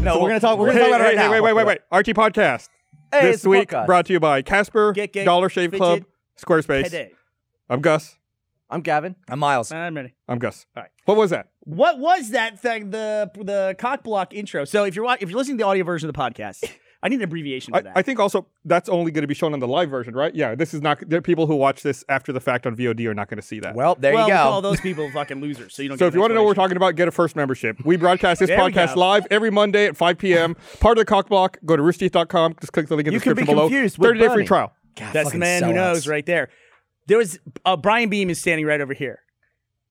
no, we're gonna talk. We're gonna Hey, talk about hey, it right hey, now. Wait, wait, wait, wait. Archie Podcast. Hey, it's this the week podcast. brought to you by Casper, Get, get, Dollar Shave fidget, Club, Squarespace. Today. I'm Gus. I'm Gavin. I'm Miles. I'm ready. I'm Gus. All right. What was that? What was that thing? The the cock block intro. So if you're wa- if you're listening to the audio version of the podcast, I need an abbreviation I, for that. I think also that's only going to be shown on the live version, right? Yeah, this is not. There are people who watch this after the fact on VOD are not going to see that. Well, there well, you we call go. those people fucking losers. So you don't. so get if you want to know what we're talking about, get a first membership. We broadcast this There we podcast go. live every Monday at 5 p.m. Part of the cock block. Go to roosterteeth.com. Just click the link in You the can be description below. confused with 30 day free Bernie. trial. God, That's the fucking man who sellouts. knows right there. There was uh, Brian Beam is standing right over here,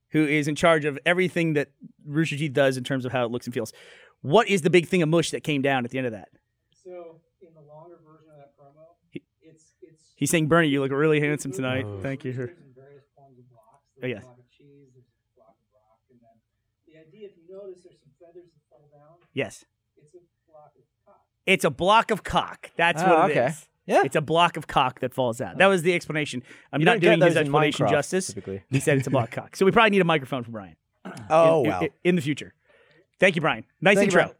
who is in charge of everything that Rooster Teeth does in terms of how it looks and feels. What is the big thing of mush that came down at the end of that? So in the longer version of that promo, it's it's He's saying, "Bernie, you look really handsome tonight. Oh. Thank you." there's various forms of blocks. Oh, There's yes. a block of cheese, there's a block of rock, and then the idea, if you notice, there's some feathers that fall down. Yes, It's a block of cock. it's a block of cock. That's Oh, what it is. okay. Yeah. It's a block of cock that falls out. That was the explanation. I'm You not don't get doing his those in explanation Minecraft, justice. typically. He said it's a block of cock. So we probably need a microphone for Brian. Oh, in, wow. in, in the future. Thank you, Brian. Nice Thank you, intro.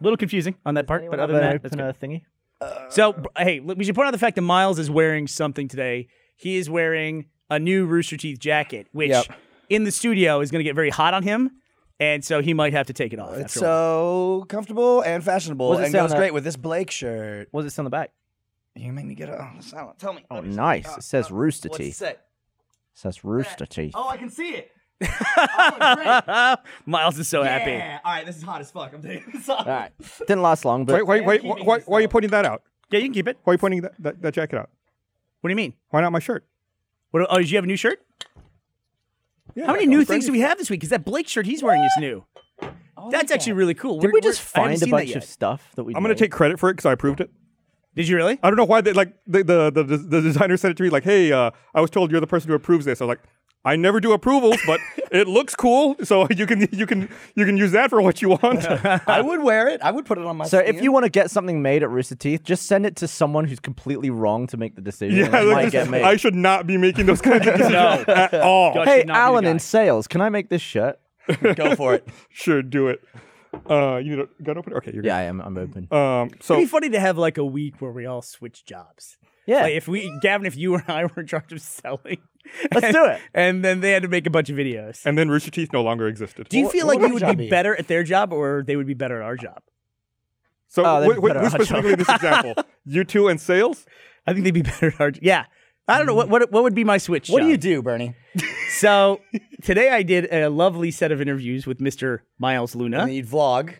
little confusing on that part, but other than that, that's good. thingy? So, b- hey, l- we should point out the fact that Miles is wearing something today. He is wearing a new Rooster Teeth jacket, which Yep. in the studio is going to get very hot on him, and so he might have to take it off. It's uh, after a while. so comfortable and fashionable What does it and say on goes that? great with this Blake shirt. What does it say on the back? You make me get a oh, silent. Tell me. Oh, nice. It says Rooster What's it Teeth. It say? Oh, says Rooster Teeth. I can see it. Miles is so happy. Yeah. All right, this is hot as fuck. I'm taking this off. All right. Didn't last long, but Wait, wait, wait. keeping Why, this why are you though. pointing that out? Yeah, you can keep it. Why are you pointing that, that, that jacket out? What do you mean? Why not my shirt? What, oh, did you have a new shirt? Yeah, How many I new was things do ready we have this week? Because that Blake shirt he's wearing is new. That's actually really cool. did We're- we just we're- I haven't find a seen that bunch of yet. stuff that we? for- I'm going to made? take credit for it because I approved it. Did you really? I don't know why they like the the, the the designer sent it to me like, hey, uh, I was told you're the person who approves this. I was like, I never do approvals, but it looks cool, so you can you can you can use that for what you want. I would wear it. I would put it on my. So if skin. you want to get something made at Rooster Teeth, just send it to someone who's completely wrong to make the decision. yeah, and it like, might this- get made. I should not be making those kinds of decisions at all. Gosh. hey, should not be the Alan guy. in sales, can I make this shirt? go for it. Sure, do it. Uh, you need a gun open? Okay, you're Yeah, I am. I'm open. good. Um, so It'd be funny to have like a week where we all switch jobs. Yeah. Like if we, Gavin, if you and I were in charge of selling, Let's and- do it. And then they had to make a bunch of videos. and then Rooster Teeth no longer existed. do you What- feel what like you would would your be, job be? better at their job, or they would be better at our job? so Oh, that'd wait, be wait, better who's on specifically in this example? You two and sales? I think they'd be better at our. j- Yeah, I don't know what what, Hmm. what would be my switch. What do job? you do, Bernie? So today I did a lovely set of interviews with Mr. Miles Luna, And then you'd vlog.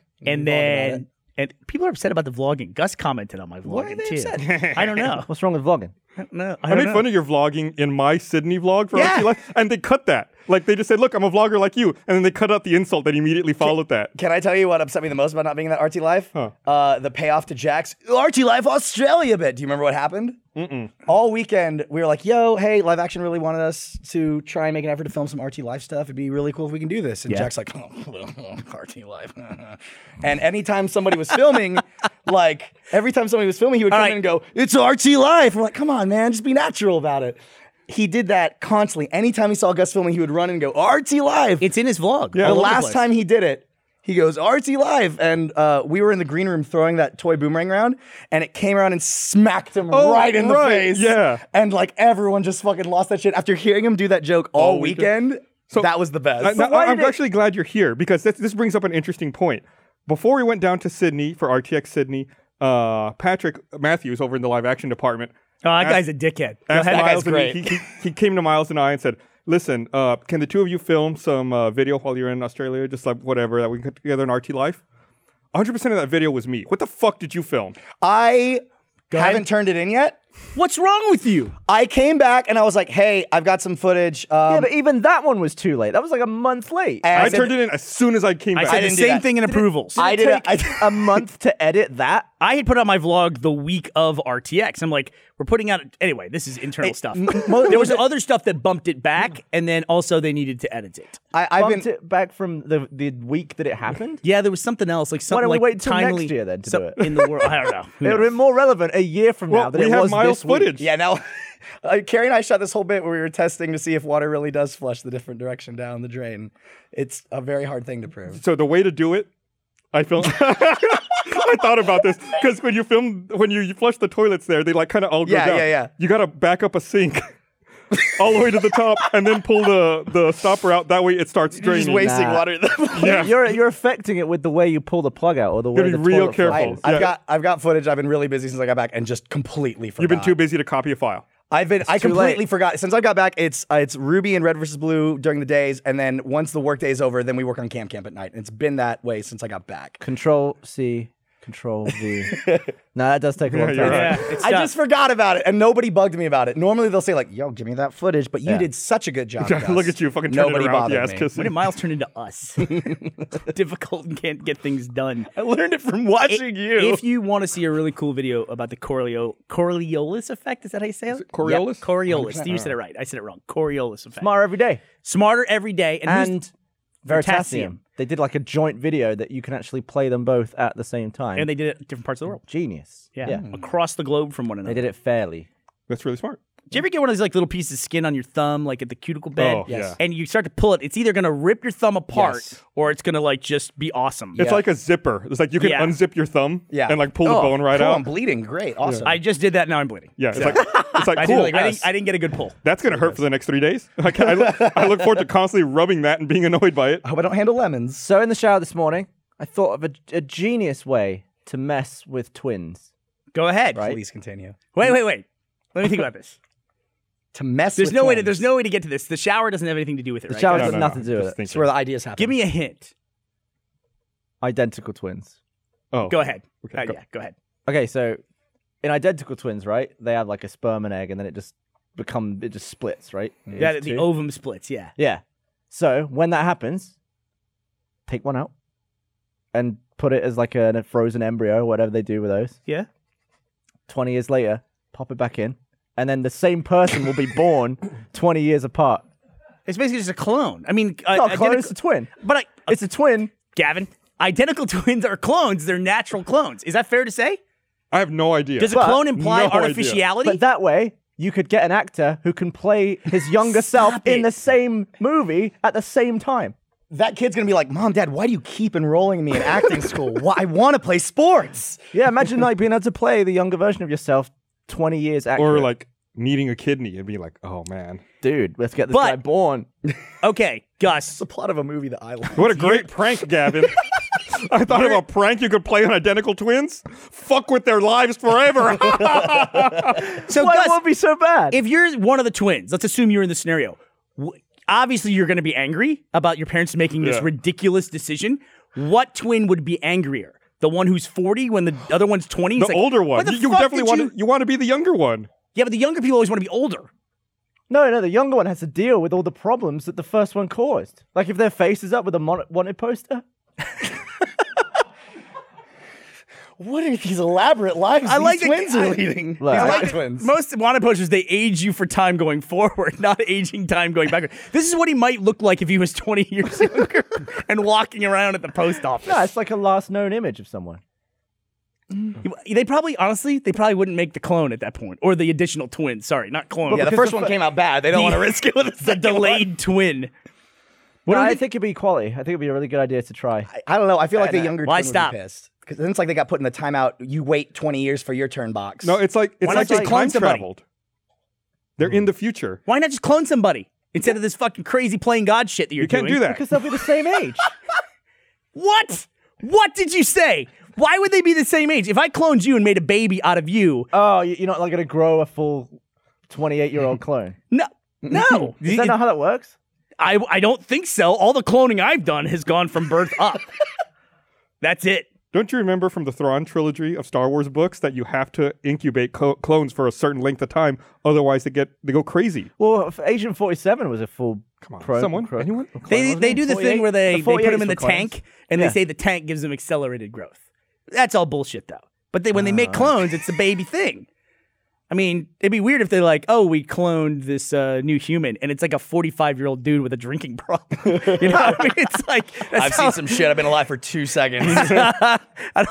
You'd vlog about and then and people are upset about the vlogging. Gus commented on my vlogging Why are they too. upset? I don't know. What's wrong with vlogging? No, I I, don't made know. fun of your vlogging in my Sydney vlog for Yeah. RT Live, and they cut that. Like they just said, "Look, I'm a vlogger like you," and then they cut out the insult that immediately followed that. Can I tell you what upset me the most about not being in that RT Life? Huh. Uh, the payoff to Jack's RT Life Australia bit. Do you remember what happened? Mm-mm. All weekend, we were like, yo, hey, Live Action really wanted us to try and make an effort to film some RT Life stuff. It'd be really cool if we can do this. And Jack's like, oh, RT Life. and anytime somebody was filming, like, every time somebody was filming, he would come right. in and go, it's RT Life. We're like, come on, man, just be natural about it. He did that constantly. Anytime he saw Gus filming, he would run and go, RT Live It's in his vlog. Oh, Yeah. all the over last place. time he did it, he goes RT live, and uh, we were in the green room throwing that toy boomerang around, and it came around and smacked him Oh, right in the right, face. yeah. and like everyone just fucking lost that shit after hearing him do that joke all, All weekend. weekend. So- that was the best. I, So why am did it- Uh, actually glad you're here because this, this brings up an interesting point. Before we went down to Sydney for RTX Sydney, uh, Patrick Matthews over in the live action department Oh, that guy's a dickhead. Go asked ahead. Miles and great. he, he, he came to Miles and I and said, "Listen, uh, can the two of you film some uh, video while you're in Australia, just like whatever that we can put together in RT Life?" 100% of that video was me. What the fuck did you film? I ahead. haven't turned it in yet. What's wrong with you? I came back and I was like, "Hey, I've got some footage." Um, yeah, but even that one was too late. That was like a month late. and I, said- turned it in as soon as I came I back. said didn't the do same that. thing in approvals. I did. Take it- I, a month to edit that. I had put out my vlog the week of RTX. I'm like, we're putting out anyway. This is internal stuff. there was other stuff that bumped it back, and then also they needed to edit it. I, I've bumped been. it back from the the week that it happened. Yeah, there was something else like something don't we like wait till next timely year then to some- do it? in the world. I don't know. Who It would have knows? been more relevant a year from now Well, than we it have was Miles this week. footage. Yeah, now uh, Carrie and I shot this whole bit where we were testing to see if water really does flush the different direction down the drain. It's a very hard thing to prove. So the way to do it, I filmed. I thought about this because when you film, when you, you flush the toilets there, they like kind of all go Yeah, down. yeah, yeah. You gotta back up a sink all the way to the top and then pull the the stopper out. That way it starts You're just draining. wasting Nah. water. yeah, You're you're affecting it with the way you pull the plug out or the way Gotta the be real toilet flushes. careful. I've Yeah. got I've got footage. I've been really busy since I got back and just completely forgot. you've been too busy to copy a file. I've been I too completely late. forgot since I got back. It's uh, it's Ruby and Red versus Blue during the days, and then once the workday is over, then we work on Camp Camp at night. And it's been that way since I got back. Control C, Control V. nah, that does take a long Yeah, time. you're right. Yeah, it's I tough. just forgot about it, and nobody bugged me about it. Normally they'll say like, "Yo, give me that footage," but you Yeah. did such a good job. Gus. Look at you, fucking turning Nobody it around. bothered Yeah, it's me. When did kissing. Miles turn into us? Difficult and can't get things done. I learned it from watching you. If you want to see a really cool video about the Corleo- Coriolis effect, is that how you say it? Coriolis? Yep, Coriolis. You said it right. I said it wrong. Coriolis effect. Tomorrow every day. Smarter every day. And, who's- And Veritasium. Veritasium. They did like a joint video that you can actually play them both at the same time. and they did it in different parts of the world. genius. Yeah. Mm. Across the globe from one another. They did it fairly. That's really smart. Do you ever get one of those like little pieces of skin on your thumb, like at the cuticle bed? Oh, Yes. yeah. And you start to pull it. It's either gonna rip your thumb apart Yes. or it's gonna like just be awesome. It's like a zipper. It's like you can Yeah. unzip your thumb yeah, and like pull oh, the bone right cool, out. I'm bleeding. Great, awesome. I just did that. Now I'm bleeding. yeah, it's like it's like I cool. didn't, I, didn't, I didn't get a good pull. That's gonna hurt for the next three days. Like, I, look, I look forward to constantly rubbing that and being annoyed by it. I hope I don't handle lemons. So in the shower this morning, I thought of a, a genius way to mess with twins. Go ahead. Please continue. Wait, wait, wait. Let me think about this. To mess. There's with no way to, twins. there's no way to get to this. The shower doesn't have anything to do with it, The right? shower Guys? doesn't- nothing to do with just it. think It's where the ideas happen. Give me a hint. Identical twins. Oh, Go ahead. Okay, Uh, go- Yeah, go ahead. Okay, so in identical twins, right? They have like a sperm and egg, and then it just become it just splits, right? Yeah, Into the two. ovum splits. Yeah. yeah. So when that happens, take one out and put it as like a, a frozen embryo, whatever they do with those. Yeah. Twenty years later, pop it back in, and then the same person will be born twenty years apart. It's basically just a clone. I mean, uh, It's not a clone, identical- it's a twin. but I, uh, It's a twin. Gavin, identical twins are clones. They're natural clones. Is that fair to say? I have no idea. Does a But- clone imply No idea. artificiality? But that way, you could get an actor who can play his younger self Stop it. in the same movie at the same time. that kid's gonna be like, Mom, Dad, why do you keep enrolling me in acting school? Why, I want to play sports. Yeah, imagine like being able to play the younger version of yourself 20 years after. or like needing a kidney and be like, oh man, dude, let's get this But- guy born. okay, Gus. It's a plot of a movie that I like. what a great prank, Gavin. I thought of a prank you could play on identical twins. Fuck with their lives forever. So, Why Gus, would be so bad? if you're one of the twins, let's assume you're in the scenario. W- obviously, you're going to be angry about your parents making this Yeah. ridiculous decision. What twin would be angrier? The one who's 40 when the other one's 20? the older one. You, you definitely want to. You want to be the younger one. Yeah, but the younger people always want to be older. no, no, the younger one has to deal with all the problems that the first one caused. Like if their face is up with a mon- wanted poster. What are these elaborate lives I like like that- twins are I- leading? Look, these I- like twins. Most wanted posters, they age you for time going forward, not aging time going backward. This is what he might look like if he was 20 years younger and walking around at the post office. No, it's like a last known image of someone. They probably, honestly, they probably wouldn't make the clone at that point or the additional twin. Sorry, not clone. yeah, the because first the one fir- came out bad. They don't want to risk it with a the second delayed twin. What do we no, I think- think it'd be quality. I think it'd be a really good idea to try. one. I, I don't know. I feel like I the know. younger Why twin stop? would be pissed. Because then it's like they got put in the timeout. You wait 20 years for your turn box. No, it's like it's Why not like they just clone time somebody? traveled. They're in the future. Why not just clone somebody instead of this fucking crazy playing God shit that you're You can't do doing? that. Because they'll be the same age. What? What did you say? Why would they be the same age? If I cloned you and made a baby out of you, oh, you- you're not like going to grow a full 28 year old clone. no, no, Is that not how that works? I, I don't think so. All the cloning I've done has gone from birth up. That's it. Don't you remember from the Thrawn trilogy of Star Wars books that you have to incubate co- clones for a certain length of time, otherwise they get they go crazy. Well, if Agent 47 was a full Come on, cro- someone, cro- anyone? They, they do the thing where they, The they put 48s them in the for clones. tank and Yeah. they say the tank gives them accelerated growth. That's all bullshit though. But they, when they make clones, it's a baby thing. I mean, it'd be weird if they're like, "Oh, we cloned this uh, new human," and it's like a 45 year old dude with a drinking problem. you know, what I mean, it's like that's I've how- seen some shit. I've been alive for two seconds. I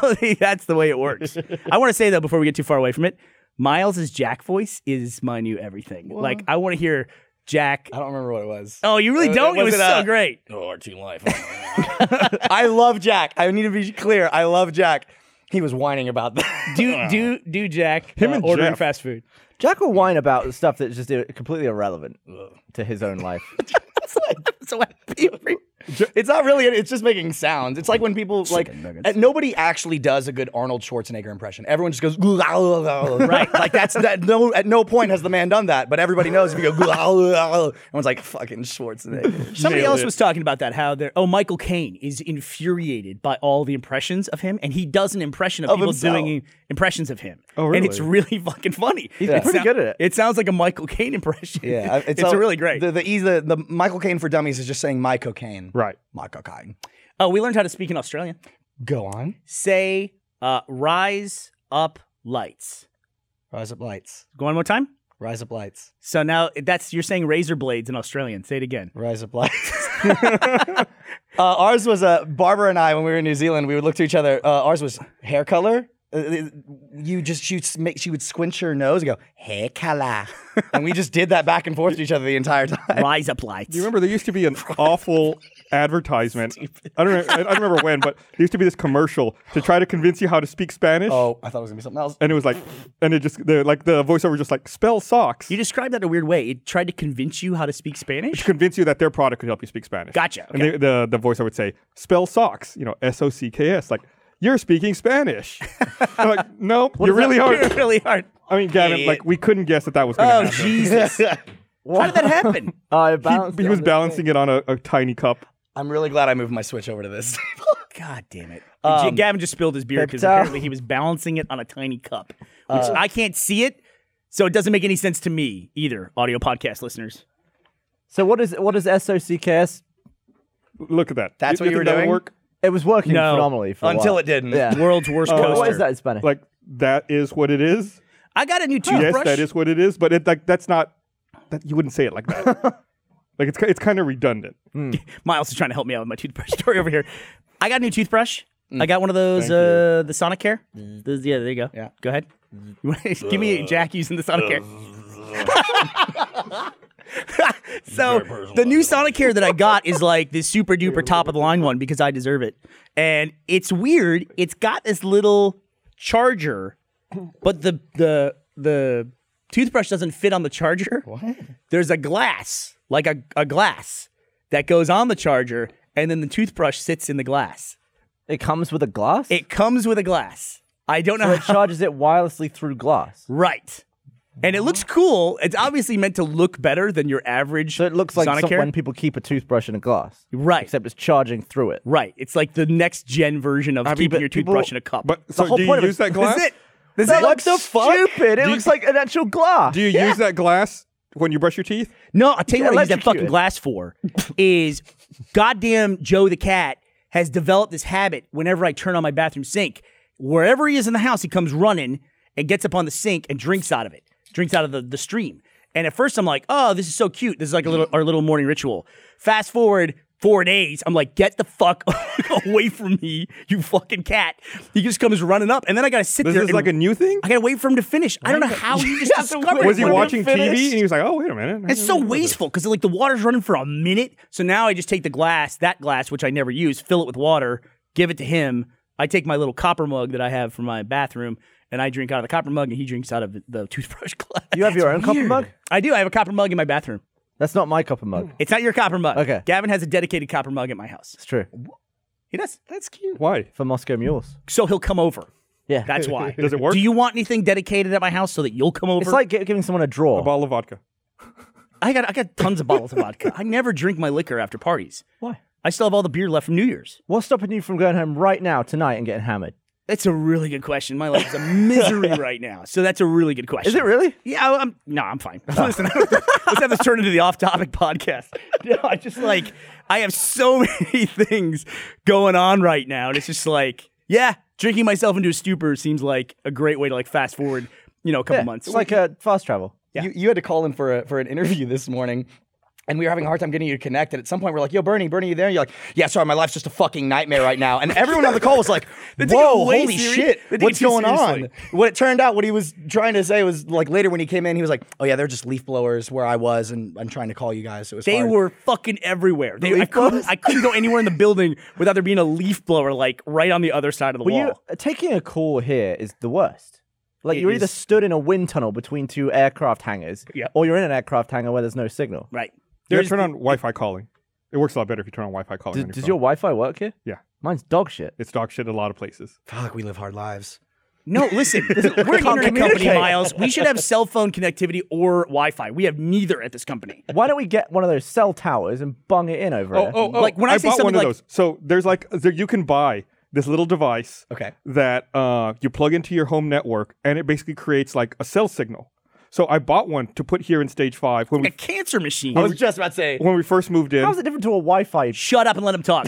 don't think that's the way it works. I want to say though, before we get too far away from it, Miles's Jack voice is my new everything. Like, I want to hear Jack. I don't remember what it was. Oh, you really Uh, don't? It was, was it, so uh, great. Oh, our team life. I love Jack. I need to be clear. I love Jack. He was whining about that. Do do do Jack Him uh, and ordering Jeff. fast food. Jack will whine about the stuff that's just completely irrelevant to his own life. so it's not really. It's just making sounds. It's like when people like nuggets. uh, nobody actually does a good Arnold Schwarzenegger impression. Everyone just goes right. Like that's that. No, at no point has the man done that. But everybody knows if you go everyone's like fucking Schwarzenegger. Somebody Nailed else it. was talking about that. How they're oh Michael Caine is infuriated by all the impressions of him, and he does an impression of, Of people himself. doing impressions of him. Oh, And it's really fucking funny. He's pretty good at it. It sounds like a Michael Caine impression. Yeah, I- it's, really great. uh, The the, easy, the the Michael Caine for Dummies is just saying my cocaine. Right. my cocaine. oh, we learned how to speak in Australian. Go on. Say uh, rise up lights. Rise up lights. Go one more time. Rise up lights. So now that's you're saying razor blades in Australian. Say it again. Rise up lights. uh, ours was uh, Barbara and I when we were in New Zealand. We would look to each other. Uh, ours was hair color. Uh, you just she would make she would squinch her nose and go hair color, and we just did that back and forth to each other the entire time. Rise up lights. You remember there used to be an awful advertisement. I don't. Know, I don't remember when, but there used to be this commercial to try to convince you how to speak Spanish. Oh, I thought it was gonna be something else. And it was like, and it just the, like the voiceover just like spell socks You described that in a weird way. It tried to convince you how to speak Spanish. to convince you that their product could help you speak Spanish. Gotcha, And they, the the voiceover would say spell socks. You know, S O C K S. Like you're speaking Spanish. I'm like, no, you really You're are. really hard. I mean, Gavin, like we couldn't guess that that was going to Oh happen. Jesus! How did that happen? I He- balanced He, it was on the- balancing it on a, a tiny cup. I'm really glad I moved my switch over to this. God damn it! Um, G- Gavin just spilled his beer because Pepto. apparently he was balancing it on a tiny cup, which I can't see it, so it doesn't make any sense to me either. Audio podcast listeners, So what is what is SOCKS? Look at that. That's what you think were that'll doing? Work? It was working No, phenomenally for a until while. it didn't. Yeah. world's worst What- coaster. what is that in Spanish? Like that is what it is. I got a new Yes, toothbrush. that is what it is. But it like that's not. That you wouldn't say it like that. like it's ki- it's kind of redundant. Miles is trying to help me out with my toothbrush story over here. I got a new toothbrush. I got one of those, uh, the Sonic Care. yeah, there you go. Yeah. Go ahead. You wanna- Give me Jack using the Sonic Care. so the new Sonic Care that I got is like this super duper top of the line one because I deserve it. And it's weird. It's got this little charger, but the the the toothbrush doesn't fit on the charger. What? There's a glass, like a, a glass that goes on the charger, and then the toothbrush sits in the glass. it comes with a glass. It comes with a glass. I don't know. it how- charges it wirelessly through glass. right. And it looks cool. It's obviously meant to look better than your average. So it looks like Sonicare. some, when people keep a toothbrush in a glass, Right. Except it's charging through it. right. It's like the next gen version of keeping but your people- toothbrush in a cup. But so whole do you point of it- use that glass? That's it. That's That it. looks stupid. It looks like an actual glass. Do you use that glass when you brush your teeth? No, I'll tell you Yeah, what I use that electrocute fucking it. glass for is goddamn Joe the cat has developed this habit whenever I turn on my bathroom sink. Wherever he is in the house, he comes running and gets up on the sink and drinks out of it, drinks out of the, the stream. And at first I'm like, oh, this is so cute. This is like a little our little morning ritual. Fast forward four days, I'm like, get the fuck away from me, you fucking cat. He just comes running up. And then I gotta sit This there. is and- like a new thing. I gotta wait for him to finish. I don't know how you just discovered Was he when- watching TV and he was like, "Oh, wait a minute." it's Mm-hmm. so wasteful because like the water's running for a minute. So now I just take the glass, that glass which I never use, fill it with water, give it to him. I take my little copper mug that I have from my bathroom, and I drink out of the copper mug, and he drinks out of the toothbrush glass. You have your own copper mug? I do. I have a copper mug in my bathroom. That's not my copper mug. Mm. It's not your copper mug. Okay. Gavin has a dedicated copper mug at my house. It's true He does. That's cute. Why? for Moscow mules. So he'll come over. Yeah, That's why. Does it work? Do you want anything dedicated at my house so that you'll come over? it's like gi- giving someone a draw. a bottle of vodka. I got I got tons of bottles of vodka. I never drink my liquor after parties. Why? I still have all the beer left from New Year's. What's stopping you from going home right now tonight and getting hammered? That's a really good question. My life is a misery right now. So that's a really good question. Is it really? Yeah, I- I'm no, I'm fine. Listen, let's have this turn into the off-topic podcast. No, I just like I have so many things going on right now, and it's just like, yeah, drinking myself into a stupor seems like a great way to like fast forward, you know, a couple Yeah, months. It's like uh, fast travel. Yeah. You, you had to call in for a, for an interview this morning. And we were having a hard time getting you to connect. And at some point, we're like, "Yo, Bernie, Bernie, you there?" And you're like, "Yeah, sorry, my life's just a fucking nightmare right now." And everyone on the call was like, take it "Whoa, way holy serious- shit, they take it what's too going on?" seriously. What it turned out, what he was trying to say was like later when he came in, he was like, "Oh yeah, they're just leaf blowers where I was, and I'm trying to call you guys." It was They hard. were fucking everywhere. They, I, leaf couldn't, blowers? I couldn't go anywhere in the building without there being a leaf blower, like right on the other side of the Well, wall. you taking a call here is the worst. Like It you're either is. stood in a wind tunnel between two aircraft hangars, Yeah. or you're in an aircraft hangar where there's no signal. right. Yeah, There's- turn on Wi-Fi calling. It works a lot better if you turn on Wi-Fi calling. Does, on your does phone. your Wi-Fi work here? Yeah. mine's dog shit. it's dog shit in a lot of places. fuck. We live hard lives. No, listen, we're an internet company, communicate. Miles. We should have cell phone connectivity or Wi Fi. We have neither at this company. Why don't we get one of those cell towers and bung it in over Oh, here? oh, oh! Like, when I say bought something one of like- those. So there's like there, you can buy this little device. Okay. That uh, you plug into your home network, and it basically creates like a cell signal. So I bought one to put here in stage five when A we cancer machine. I was just about to say. when we first moved in. How's it different to a Wi-Fi? Shut up and let him talk.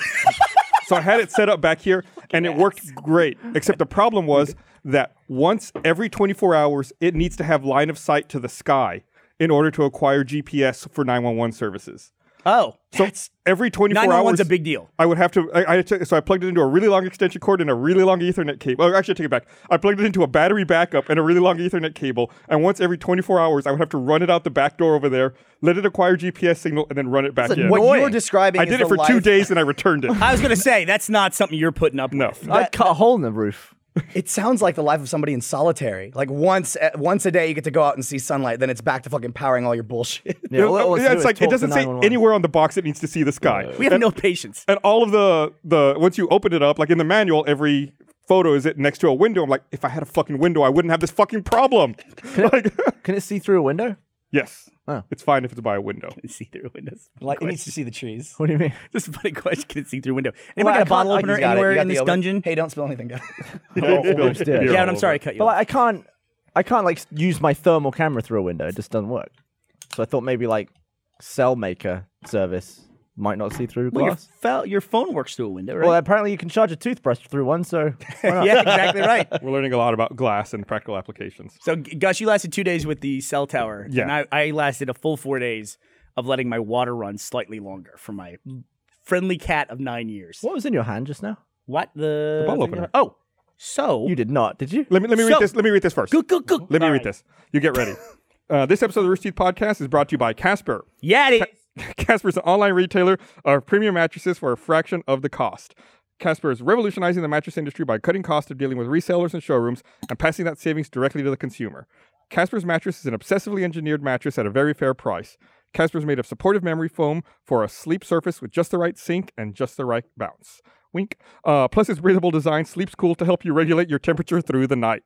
so I had it set up back here, and it worked great. Except the problem was that once every 24 hours, it needs to have line of sight to the sky in order to acquire GPS for 911 services. Oh, So every 24 hours, 911's a big deal. I would have to. I, I took, so I plugged it into a really long extension cord and a really long Ethernet cable. Oh, actually, I take it back. I plugged it into a battery backup and a really long Ethernet cable. And once every 24 hours, I would have to run it out the back door over there, let it acquire GPS signal, and then run it back in. What Annoying. you're describing, I is did the it for two life- days and I returned it. I was going to say, that's not something you're putting up No. with. I'd cut a hole in the roof. It sounds like the life of somebody in solitary. Like once, eh, once a day, you get to go out and see sunlight. Then it's back to fucking powering all your bullshit. Yeah, all it wants to yeah, do it's is like talk it to doesn't say 911. anywhere on the box it needs to see the sky. We have no patience. and all of the the once you open it up, like in the manual, every photo is it next to a window. I'm like, if I had a fucking window, I wouldn't have this fucking problem. like, Can it see through a window? yes, Oh. it's fine if it's by a window. See through windows. Like it needs to see the trees. What do you mean? This is a funny question. Can see through window. Well, Anybody got I a bottle can't- oh, opener he's got it. You anywhere got in the this open- dungeon? Hey, don't spill anything, guys. upstairs. You're yeah, and all I'm sorry, I over. cut you. But off. like, I can't, I can't like use my thermal camera through a window. It just doesn't work. So I thought maybe like cell maker service might not see through well, your, glass. fel- your phone works through a window, right? Well, apparently you can charge a toothbrush through one. So why not? yeah, exactly right. We're learning a lot about glass and practical applications. So, G- Gus, you lasted two days with the cell tower. Yeah. And I, I lasted a full four days of letting my water run slightly longer for my friendly cat of nine years. what was in your hand just now? What the? The bottle opener. Oh, so. You did not, did you? Let me let me So- read this. Let me read this first. Go, go, go. Let me All read right. this. You get ready. Uh, this episode of the Rooster Teeth Podcast is brought to you by Casper. Yeah, it is. Casper's an online retailer of premium mattresses for a fraction of the cost. Casper is revolutionizing the mattress industry by cutting costs of dealing with resellers and showrooms and passing that savings directly to the consumer. Casper's mattress is an obsessively engineered mattress at a very fair price. Casper's made of supportive memory foam for a sleep surface with just the right sink and just the right bounce. Wink. Uh, plus, its breathable design sleeps cool to help you regulate your temperature through the night.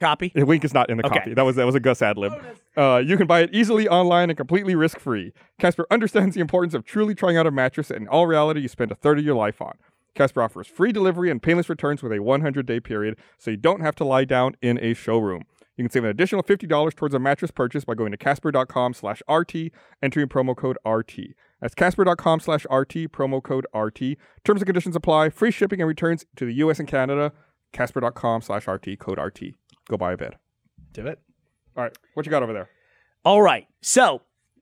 Copy. Yeah, Wink is not in the Okay. copy. That was that was a Gus ad lib. Uh, you can buy it easily online and completely risk free. Casper understands the importance of truly trying out a mattress that, in all reality, you spend a third of your life on. Casper offers free delivery and painless returns with a 100 day period, so you don't have to lie down in a showroom. You can save an additional $50 towards a mattress purchase by going to casper.com slash RT, entering promo code RT. That's casper.com slash RT, promo code RT. Terms and conditions apply. Free shipping and returns to the US and Canada. Casper.com slash RT, code RT. Go buy a bed. Do it. All right, what you got over there? All right. So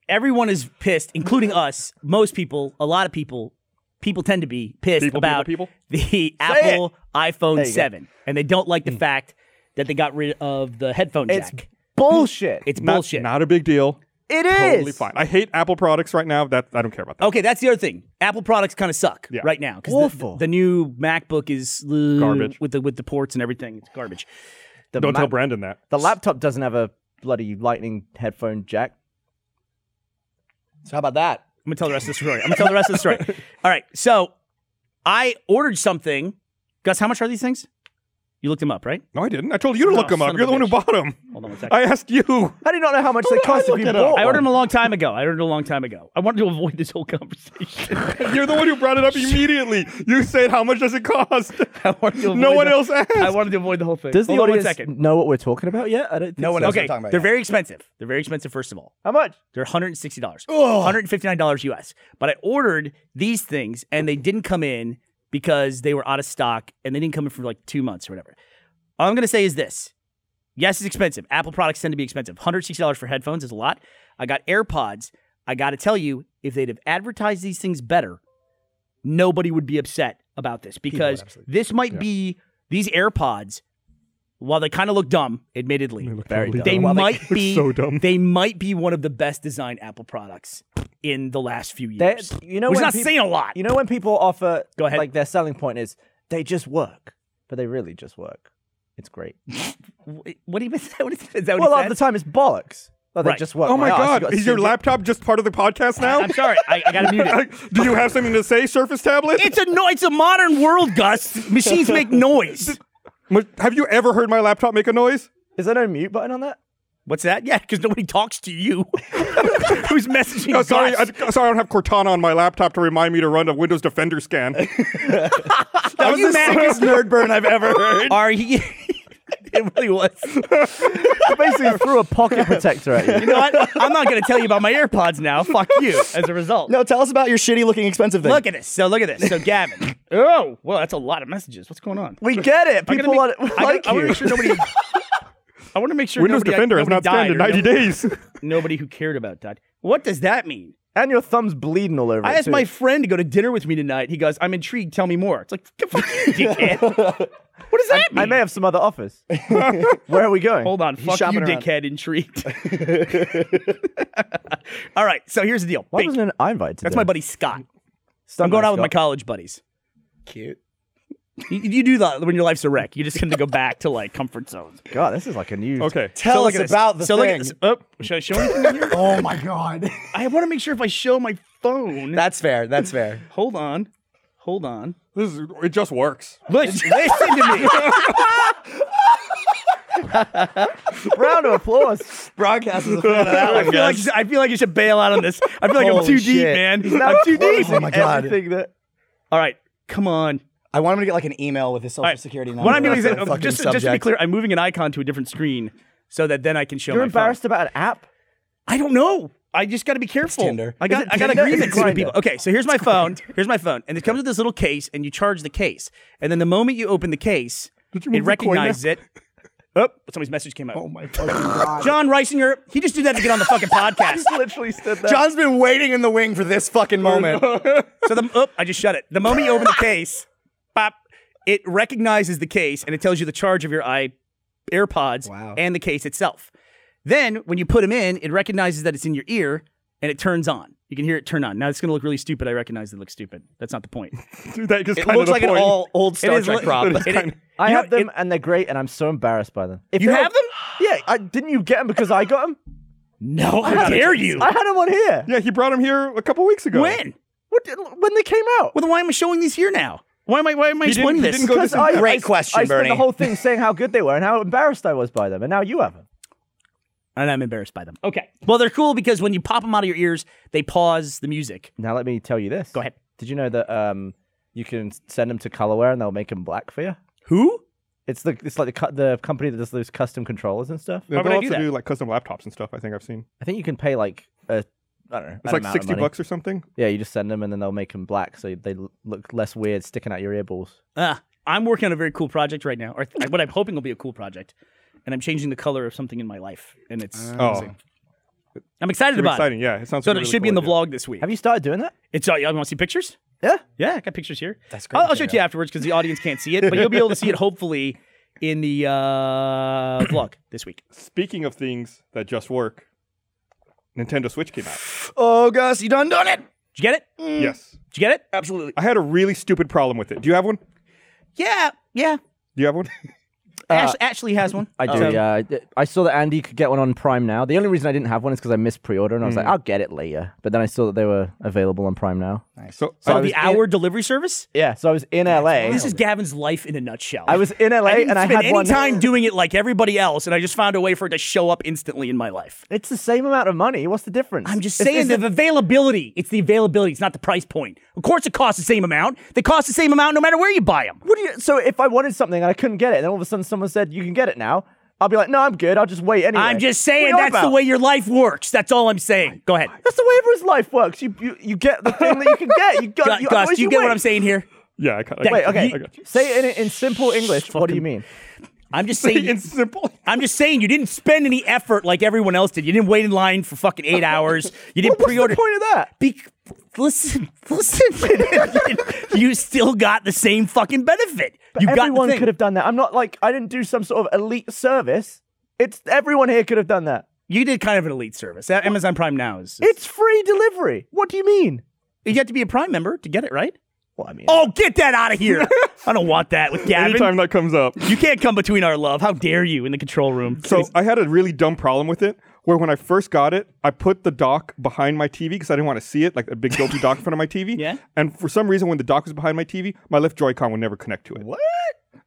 everyone is pissed, including us. Most people, a lot of people, people tend to be pissed People, people, about people? the Apple iPhone you go. 7. And they don't Hmm. like the fact that they got rid of the headphone It's jack. bullshit. It's Not, bullshit. Not a big deal. it is Totally fine. I hate Apple products right now. That I don't care about that. Okay, that's the other thing. Apple products kind of suck Yeah. right now because the, Awful. the new MacBook is uh, Garbage. with the with the ports and everything. It's garbage. The don't ma- tell Brandon that. The laptop doesn't have a bloody lightning headphone jack. So how about that? I'm gonna tell the rest of the story. I'm gonna tell the rest of the story. All right, so I ordered something. Gus, how much are these things? You looked them up, right? No, I didn't. I told you to No, look them Oh, son up. of You're a the one who bitch. bought them. Hold on one second. I asked you. I do not know how much they cost if look you it bought up. one. I ordered them a long time ago. I ordered them a long time ago. I wanted to avoid this whole conversation. You're the one who brought it up immediately. You said how much does it cost? I wanted to No avoid one the- else asked. I wanted to avoid the whole thing. Does the Hold on one audience second. know what we're talking about yet? I don't think No one so. knows. Okay, we're talking about, they're yeah. very expensive. They're very expensive. First of all, How much? They're $160. $159 US. But I ordered these things and they didn't come in because they were out of stock and they didn't come in for like two months or whatever. All I'm going to say is this yes, it's expensive. Apple products tend to be expensive. $160 for headphones is a lot. I got AirPods. I got to tell you, if they'd have advertised these things better, nobody would be upset about this because absolutely- this might be these AirPods. While they kind of look dumb, admittedly, They look totally they dumb. Wow, they might look be so dumb. They might be one of the best designed Apple products in the last few years. That- you know which is when not peop- saying a lot. You know when people offer Go ahead. like their selling point is they just work, but they really just work. It's great. Wh- what do you mean? What is, is that what Well, a he lot said? of the time it's bollocks. But Right. they just work. Oh my ass, you god, gotta is your sing it. laptop just part of the podcast now? I'm sorry, I, I gotta mute it. Do you have something to say, Surface Tablet? It's a no, it's a modern world, Gus. Machines make noise. M- have you ever heard my laptop make a noise? Is there no mute button on that? What's that? Yeah, because nobody talks to you. Who's messaging? Oh, sorry, I, Gus? sorry, I don't have Cortana on my laptop to remind me to run a Windows Defender scan. Are you mad? nerd burn I've ever heard. Are you? it really was. I basically threw a pocket protector at you. You know what? I'm not gonna tell you about my AirPods now. Fuck you. As a result. No, tell us about your shitty looking expensive thing. Look at this. So look at this. So Gavin. Oh, well, that's a lot of messages. What's going on? We get it. I'm gonna People make- are I, like I want to you. make sure nobody. I want to make sure Windows nobody, Defender has nobody not died scanned in 90 or no- days. Nobody who cared about died. What does that mean? And your thumb's bleeding all over. I it, asked too. my friend to go to dinner with me tonight. He goes, "I'm intrigued. Tell me more." It's like, fuck you, dickhead. what does that mean? I may have some other offers. Where are we going? Hold on, fuck you, shopping around. dickhead. Intrigued. All right, so here's the deal. Why Big- wasn't an I invited? That's my buddy Scott. Stunt I'm going out with my mascot. college buddies. Cute. You, you do that when your life's a wreck. You just tend to go back to like comfort zones. God, this is like a new. okay. Tell so us look at this. about the so look at thing. this. Oh, should I show anything in here? Oh my god. I want to make sure if I show my phone. That's fair. That's fair. hold on, hold on. This is, it just works. Listen, listen to me. Round of applause. Broadcast is a fan of that I feel, like, I feel like you should bail out on this. I feel like I'm Holy too deep, shit. man. Now I'm too deep. Oh my God. Everything that. All right, come on. I want him to get like an email with his social All right. security number. What I'm doing is That's that- the fucking just, just to be subject. clear, I'm moving an icon to a different screen so that then I can show. You're my embarrassed Phone. about an app? I don't know. I just got to be careful. Tinder. I Is got it I got Tinder? agreements It's with Grindr. people. Okay, so here's my phone. Here's my phone, and it comes with this little case, and you charge the case, and then the moment you open the case, you it move the coin now? recognizes it. Oh, somebody's message came out. Oh my god. John Reisinger, he just did that to get on the fucking podcast. Literally stood there. John's been waiting in the wing for this fucking moment. So the oh, I just shut it. The moment you open the case, pop, it recognizes the case and it tells you the charge of your i AirPods Wow. and the case itself. Then when you put them in, it recognizes that it's in your ear and it turns on. You can hear it turn on. Now it's going to look really stupid. I recognize it looks stupid. That's not the point. Dude, that just It kinda looks the like an point. all old Star is Trek li- prop. it- kinda- I You know, have them it- and they're great, and I'm so embarrassed by them. If You they were- have them? Yeah. I, didn't you get them because I got them? No, how dare you? I had them on here. Yeah, he brought him here a couple weeks ago. When? What did- when they came out? Well, then why am I showing these here now? Why am I? Why am I He didn't- explaining he this? didn't go Because this I, great I, question, I spent Bernie. the whole thing saying how good they were and how embarrassed I was by them, and now you have them. and I'm embarrassed by them. Okay. Well, they're cool because when you pop them out of your ears, they pause the music. Now let me tell you this. Go ahead. Did you know that um, you can send them to colorware and they'll make them black for you? Who? It's the it's like the, cu- the company that does those custom controllers and stuff. Yeah, Why would they'll I do also that? like custom laptops and stuff. I think I've seen. I think you can pay like a I don't know. It's an like amount of sixty money. bucks or something. Yeah, you just send them and then they'll make them black so they l- look less weird sticking out your ear balls. Uh, I'm working on a very cool project right now, or th- what I'm hoping will be a cool project. And I'm changing the color of something in my life, and it's Oh, I'm excited super about exciting! Yeah, it sounds. it. So really it should be in the cool idea. vlog this week. Have you started doing that? It's uh, you want to see pictures? Yeah. Yeah, I got pictures here. That's great I'll, I'll material. show it to you afterwards because the audience can't see it, but you'll be able to see it hopefully in the uh, vlog this week. Speaking of things that just work, Nintendo Switch came out. Oh, Gus, you done done it? Did you get it? Yes, Did you get it? Absolutely. I had a really stupid problem with it. Do you have one? Do Yeah, yeah. you have one? Ash- Ashley has one. I do. So- yeah, I d- I saw that Andy could get one on Prime now. The only reason I didn't have one is because I missed pre-order, and I was like, I'll get it later. But then I saw that they were available on Prime now. So, So I- Oh, the was- hour delivery service. Yeah, so I was in LA. This is Gavin's life in a nutshell. I was in LA, I didn't and I spend had any one. time doing it like everybody else, and I just found a way for it to show up instantly in my life. It's the same amount of money. What's the difference? I'm just It's- saying it's the availability. It's the availability. It's not the price point. Of course, it costs the same amount. They cost the same amount no matter where you buy them. What do you? So if I wanted something and I couldn't get it, and all of a sudden someone said you can get it now, I'll be like, no, I'm good. I'll just wait anyway. I'm just What are saying you on that's the about? way your life works. That's all I'm saying. Go ahead, That's the way everyone's life works. You you, you get the thing that you can get. You got. Gus. you, Gus, otherwise do you get wait. what I'm saying here? yeah, I kind That- of. Wait, okay. I got you. Say it in, in simple English. what do you mean? I'm just Say saying. it simple. I'm just saying you didn't spend any effort like everyone else did. You didn't wait in line for fucking eight hours. You didn't What's pre-order. the point of that? Be- listen, listen. you still got the same fucking benefit. you got the everyone thing. could have done that. I'm not like I didn't do some sort of elite service. It's everyone here could have done that. You did kind of an elite service. A- Amazon Prime Now is. It's free delivery. What do you mean? you have to be a Prime member to get it, right? Well, I mean, Oh, get that out of here! I don't want that with Gavin. Anytime that comes up. You can't come between our love. How dare you in the control room? So I had a really dumb problem with it where when I first got it, I put the dock behind my TV because I didn't want to see it, like a big dopey dock in front of my TV. Yeah. And for some reason, when the dock was behind my TV, my left Joy-Con would never connect to it. What?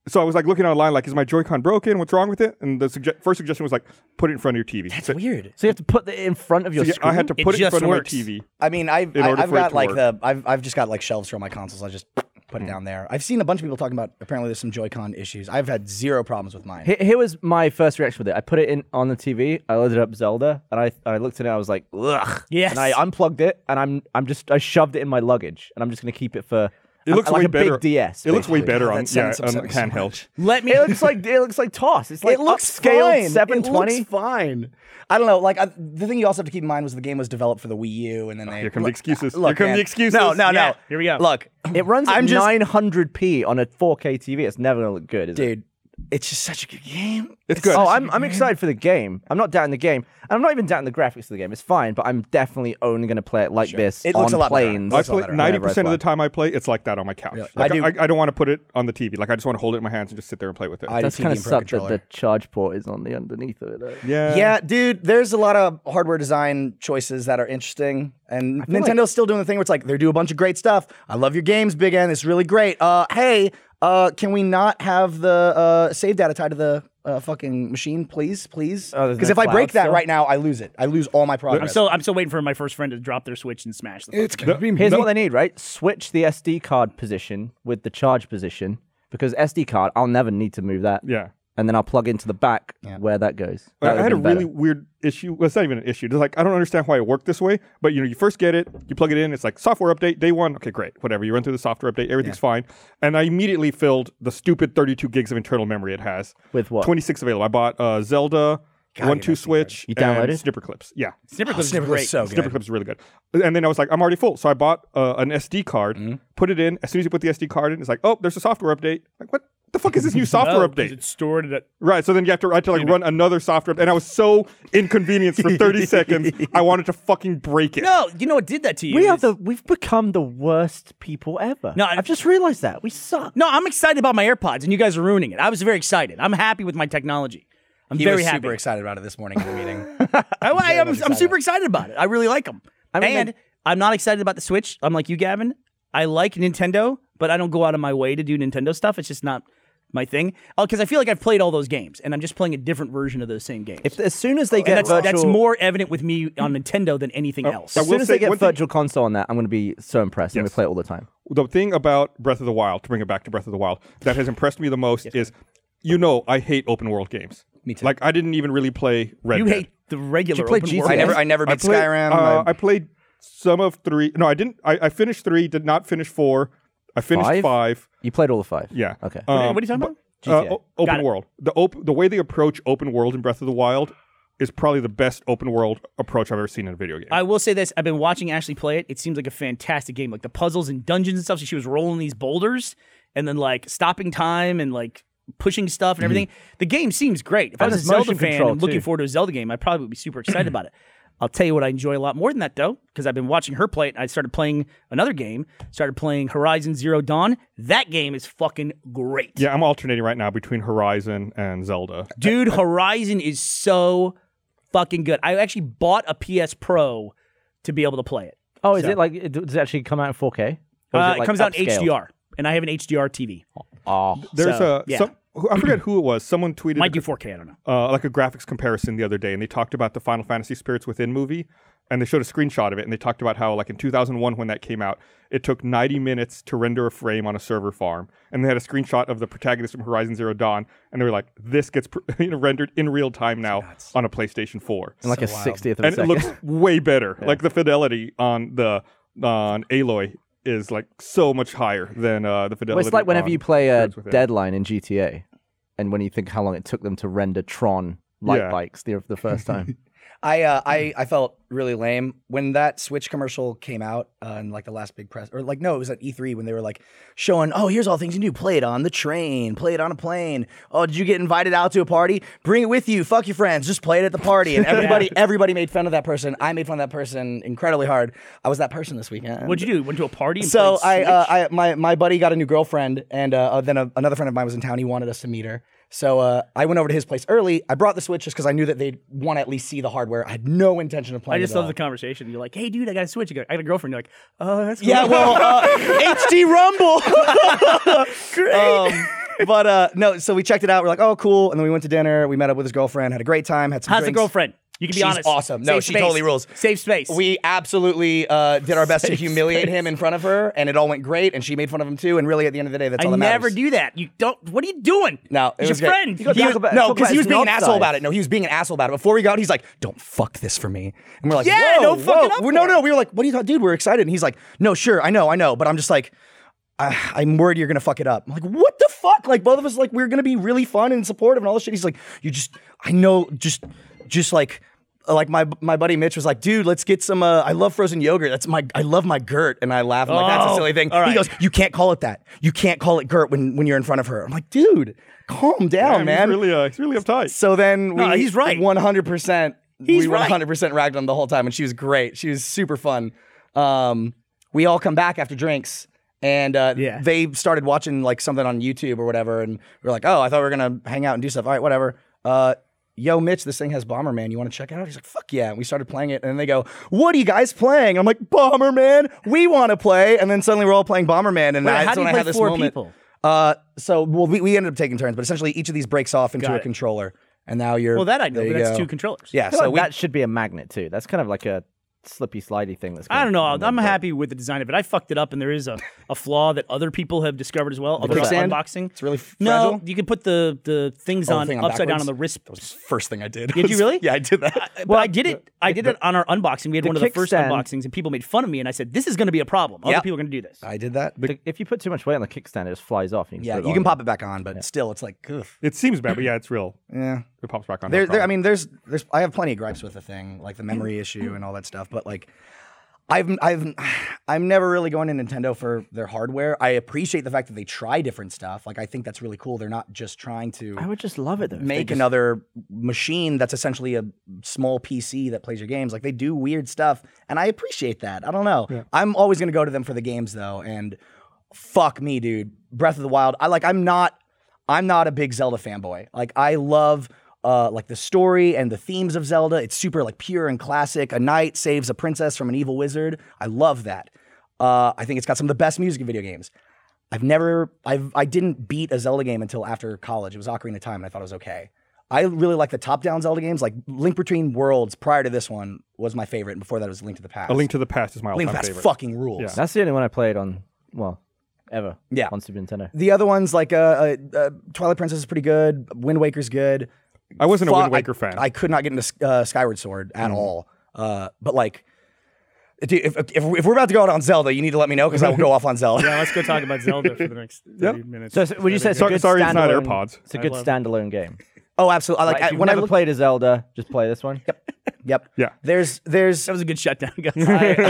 So I was like looking online, like, is my Joy-Con broken? What's wrong with it? And the sugge- first suggestion was like, put it in front of your TV. That's so, weird. so you have to put it in front of your so yeah, screen. I had to It put it, in just front works. of my TV. I mean, I've, In I, order I've for it got to like work. Mm-hmm. the I've, I've just got like shelves for my consoles. I just put it down there. I've seen a bunch of people talking about apparently there's some Joy-Con issues. I've had zero problems with mine. Here, here was my first reaction with it. I put it in on the TV. I loaded up Zelda, and I I looked at it. I was like, ugh. Yes. And I unplugged it, and I'm I'm just I shoved it in my luggage, and I'm just gonna keep it for. It looks like way a better. big DS. It looks way basically. better on, That yeah, sounds on upsetting so handheld. much. Let me. It looks like it looks like toss. It's like it looks upscaled fine. seven It twenty. looks fine. I don't know. Like I, the thing you also have to keep in mind was the game was developed for the Wii U, and then they Here come the look- excuses. Look, Here come man. the excuses. No, no, Yeah, no. here we go. Look, It runs at I'm just- 900p on a 4K TV. It's never gonna look good, is it? dude, it's just such a good game. It's good. Oh, I'm I'm excited for the game. I'm not doubting the game. I'm not even doubting the graphics of the game. It's fine, but I'm definitely only gonna play it like this It on looks a lot better. planes. I That's all play that matters. ninety percent of Whenever the I time I play. It's like that on my couch. I Like, I, do- I, I don't want to put it on the TV. Like I just want to hold it in my hands and just sit there and play with it. I- That's TV kind of and Pro suck that controller. the charge port is on the underneath of it. though. yeah. yeah, dude, there's a lot of hardware design choices that are interesting, and Nintendo's still doing the thing where it's like they do a bunch of great stuff. I love your games, Big N. It's really great. Uh, hey, uh, can we not have the uh, save data tied to the uh, fucking machine, please, please? Oh, there's Because no if I break cloud that still? right now, I lose it. I lose all my I'm progress. still. I'm still waiting for my first friend to drop their Switch and smash the. fucking- No, Here's no, what they need, right? Switch the SD card position with the charge position because SD card, I'll never need to move that. yeah. And then I'll plug into the back where that goes. I That would've had a been better. really weird issue. Well, it's not even an issue. It's like I don't understand why it worked this way. But you know, you first get it, you plug it in. It's like software update day one. Okay, great, whatever. You run through the software update, everything's fine. And I immediately filled the stupid 32 gigs of internal memory it has With what? 26 available. I bought uh, Zelda, One Two Switch, You downloaded and it? Snipper Clips. Yeah, Snipper Clip's Snipper great. was so Snipper good. Clips is really good. And then I was like, I'm already full. So I bought uh, an SD card, Mm-hmm. put it in. As soon as you put the SD card in, it's like, oh, there's a software update. Like, what the fuck is this new software Oh, 'cause update? It's stored at. Right. So then you have to, I had to like run another software update. And I was so inconvenienced for 30 seconds. I wanted to fucking break it. No, you know what did that to you? We are is- the we've become the worst people ever. No, I- I've just realized that. We suck. No, I'm excited about my AirPods, and you guys are ruining it. I was very excited. I'm happy with my technology. I'm He very was happy. Oh, super excited about it this morning in the meeting. I, I, am much I'm excited. super excited about it. I really like them. mean, and they- I'm not excited about the Switch. I'm like you, Gavin. I like Nintendo, but I don't go out of my way to do Nintendo stuff. It's just not my thing. Oh, because I feel like I've played all those games, and I'm just playing a different version of those same games. If as soon as they and get that's, virtual, that's more evident with me on Nintendo than anything else. I as will soon as they say get one thing- virtual console on that, I'm going to be so impressed. I'm going to play it all the time. The thing about Breath of the Wild, to bring it back to Breath of the Wild, that has impressed me the most is, you know, I hate open world games. Me too. Like, I didn't even really play Red you Dead. hate the regular play open GTA? world. I never, I never beat played- Skyrim. Uh, I- I played some of three. No, I didn't. I, I finished three, did not finish four. I finished Five? five. You played all the five. Yeah. Okay. Um, what are you talking about? Uh, GTA. o- open Got it. world. The op- the way they approach open world in Breath of the Wild is probably the best open world approach I've ever seen in a video game. I will say this: I've been watching Ashley play it. It seems like a fantastic game. Like the puzzles and dungeons and stuff. So she was rolling these boulders and then like stopping time and like pushing stuff and everything. The game seems great. If I And was a there's Zelda Mm-hmm. motion fan control, and looking too. forward to a Zelda game, I probably would be super excited about it. I'll tell you what I enjoy a lot more than that though, because I've been watching her play it. and I started playing another game. Started playing Horizon Zero Dawn. That game is fucking great. yeah, I'm alternating right now between Horizon and Zelda. Dude, Horizon is so fucking good. I actually bought a PS Pro to be able to play it. oh, is it like it- does it actually come out in 4K? Or is Uh, it, like, comes out in upscaled? HDR, and I have an HDR TV. Oh. There's So, a yeah. some, who- I forget who it was. Someone tweeted Might do 4K. I don't know. uh, like a graphics comparison the other day, and they talked about the Final Fantasy Spirits Within movie, and they showed a screenshot of it, and they talked about how like in 2001 when that came out, it took 90 minutes to render a frame on a server farm, and they had a screenshot of the protagonist from Horizon Zero Dawn, and they were like, this gets pr- you know, rendered in real time now on a PlayStation 4, In like a 60th of a and it second. looks way better. Like the fidelity on the on Aloy is like so much higher than uh, the fidelity. Well, it's like whenever on you play uh, a Spirits Within. deadline in GTA, and and when you think how long it took them to render Tron light Yeah. bikes the, the first time. I, uh, I I felt really lame when that Switch commercial came out uh, in like the last big press or like no, it was at E3 when they were like showing, oh, here's all the things you can do: play it on the train, play it on a plane. Oh, did you get invited out to a party? Bring it with you. Fuck your friends. Just play it at the party. And everybody everybody made fun of that person. I made fun of that person incredibly hard. I was that person this weekend. What'd you do? Went to a party? And So I, played Switch? uh, I my my buddy got a new girlfriend, and uh, then a, another friend of mine was in town. He wanted us to meet her. So uh, I went over to his place early. I brought the Switch just because I knew that they'd want to at least see the hardware. I had no intention of I playing. just it at love the conversation. You're like, hey, dude, I got a Switch. You go, I got a girlfriend. You're like, oh, that's all. yeah. cool." Well, uh, HD Rumble. Great. but uh, no, so we checked it out. We're like, oh, cool. And then we went to dinner. We met up with his girlfriend, had a great time, had some. how's the drinks. girlfriend? You can be She's honest. awesome. No, Save she space. totally rules. Save space. We absolutely uh, did our best to Safe humiliate space. him in front of her, and it all went great. And she made fun of him too. And really, at the end of the day, that's I all that never matters. do that. You don't. What are you doing? No, it it's was your great. friend. You got He Talk was- about- no, talk because about he was his being an knob asshole size. about it. No, he was being an asshole about it. Before we got out, he's like, "Don't fuck this for me," and we're like, Yeah, "Whoa, don't fuck whoa." it up We're- no, for no, him. we were like, "What are you talking, dude?" We're excited, and he's like, "No, sure, I know, I know, but I'm just like." I- I'm worried you're gonna fuck it up. I'm like, what the fuck? Like, both of us, like, we are gonna be really fun and supportive and all this shit. He's like, you just, I know, just, just like, like my my buddy Mitch was like, dude, let's get some. Uh, I love frozen yogurt. That's my, I love my Gert, and I laugh. I'm like, that's a Oh, silly thing. all He right. goes, you can't call it that. You can't call it Gert when, when you're in front of her. I'm like, dude, calm down, Damn, man. He's really, uh, he's really uptight. so then we, No, he's right. 100%. He's we right. 100% ragged on the whole time, and she was great. She was super fun. Um, we all come back after drinks, and uh, Yeah. they started watching like something on YouTube or whatever, and we are like, oh, I thought we were gonna hang out and do stuff. All right, whatever. Uh, Yo, Mitch, this thing has Bomberman. You want to check it out? He's like, fuck yeah. And we started playing it. And then they go, what are you guys playing? I'm like, Bomberman, we want to play. And then suddenly we're all playing Bomberman. And Wait, that's how do when you I play had this four moment. people? Uh, so well, we, we ended up taking turns, but essentially each of these breaks off into Got a it. controller, and now you're Well, that I know. there But you that's go. two controllers. Yeah, I feel so like we, that should be a magnet too. That's kind of like a slippy slidey thing. That's I don't gonna- know. I'm gonna work. happy with the design of it. I fucked it up, and there is a, a flaw that other people have discovered as well. Other quicksand? unboxing. It's really no. fragile? You can put the the things Oh, the on thing on upside down backwards? on the wrist. was the first thing I did. Did you really? yeah, I did that. Well, I did it. I did it on our unboxing. We had the one of the first kickstand- unboxings, and people made fun of me, and I said, "This is going to be a problem. Other Yep. people are going to do this." I did that. The- if you put too much weight on the kickstand, it just flies off. And you can yeah, put it you on can there. pop it back on, but still, it's like, ugh. It seems bad, but yeah, it's real. yeah. It pops back on. no There, there, I problem. mean, there's, there's, I have plenty of gripes with the thing, like the memory issue and all that stuff. But like, I've, I've, I'm never really going to Nintendo for their hardware. I appreciate the fact that they try different stuff. Like, I think that's really cool. They're not just trying to. I would just love it though. if they make just- another machine that's essentially a small PC that plays your games. Like they do weird stuff, and I appreciate that. I don't know. I'm always gonna go to them for the games though, and fuck me, dude. Breath of the Wild. I like. I'm not. I'm not a big Zelda fanboy. Like I love. Uh, like the story and the themes of Zelda, it's super like pure and classic. A knight saves a princess from an evil wizard. I love that. Uh, I think it's got some of the best music in video games. I've never, I've, I didn't beat a Zelda game until after college. It was Ocarina of Time, and I thought it was okay. I really like the top-down Zelda games, like Link Between Worlds. Prior to this one, was my favorite, and before that, it was Link to the Past. A Link to the Past is my Link to all-time the Past favorite. fucking rules. Yeah. That's the only one I played on. Well, ever. Yeah. On Super Nintendo. The other ones, like uh, uh, uh, Twilight Princess, is pretty good. Wind Waker's good. I wasn't a Fuck, Wind Waker I, fan. Mm-hmm. I could not get into uh, Skyward Sword at all. Uh, but like, dude, if, if, if we're about to go out on Zelda, you need to let me know because I will go off on Zelda. Yeah, let's go talk about Zelda for the next 30 minutes. So it's- would you say it's a Sorry- good sorry it's not standalone- AirPods. It's a good love- standalone game. Oh, absolutely. I, like, Like, if I, you've when I never look, played a Zelda, just play this one. yep, Yeah. There's there's that was a good shutdown, guys.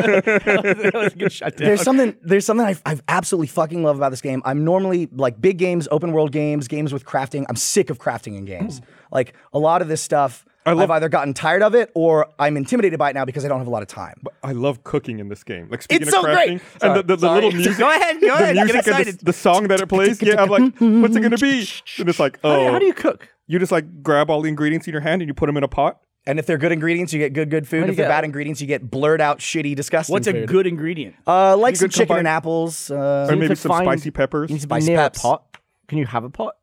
that was a good shutdown. There's something. There's something I, I absolutely fucking love about this game. I'm normally like big games, open world games, games with crafting. I'm sick of crafting in games. Like a lot of this stuff, I Hmm. love- have either gotten tired of it or I'm intimidated by it now because I don't have a lot of time. I love cooking in this game. Like speaking It's of so crafting, great. and Sorry, the, the, the sorry. little music. Go ahead, go the ahead, get music and the- excited. The, song that it plays. Yeah, I'm like, what's it gonna be? And it's like, oh, How do you cook? you just like grab all the ingredients in your hand and you put them in a pot. And if they're good ingredients, you get good, good food. do And you if they're get? bad ingredients, you get blurred out, shitty, disgusting. What's a food. good ingredient? Uh, like You some could chicken combine- and apples. Uh, Or you maybe could some find- spicy peppers. you need to buy By near peps. a pot? Can you have a pot?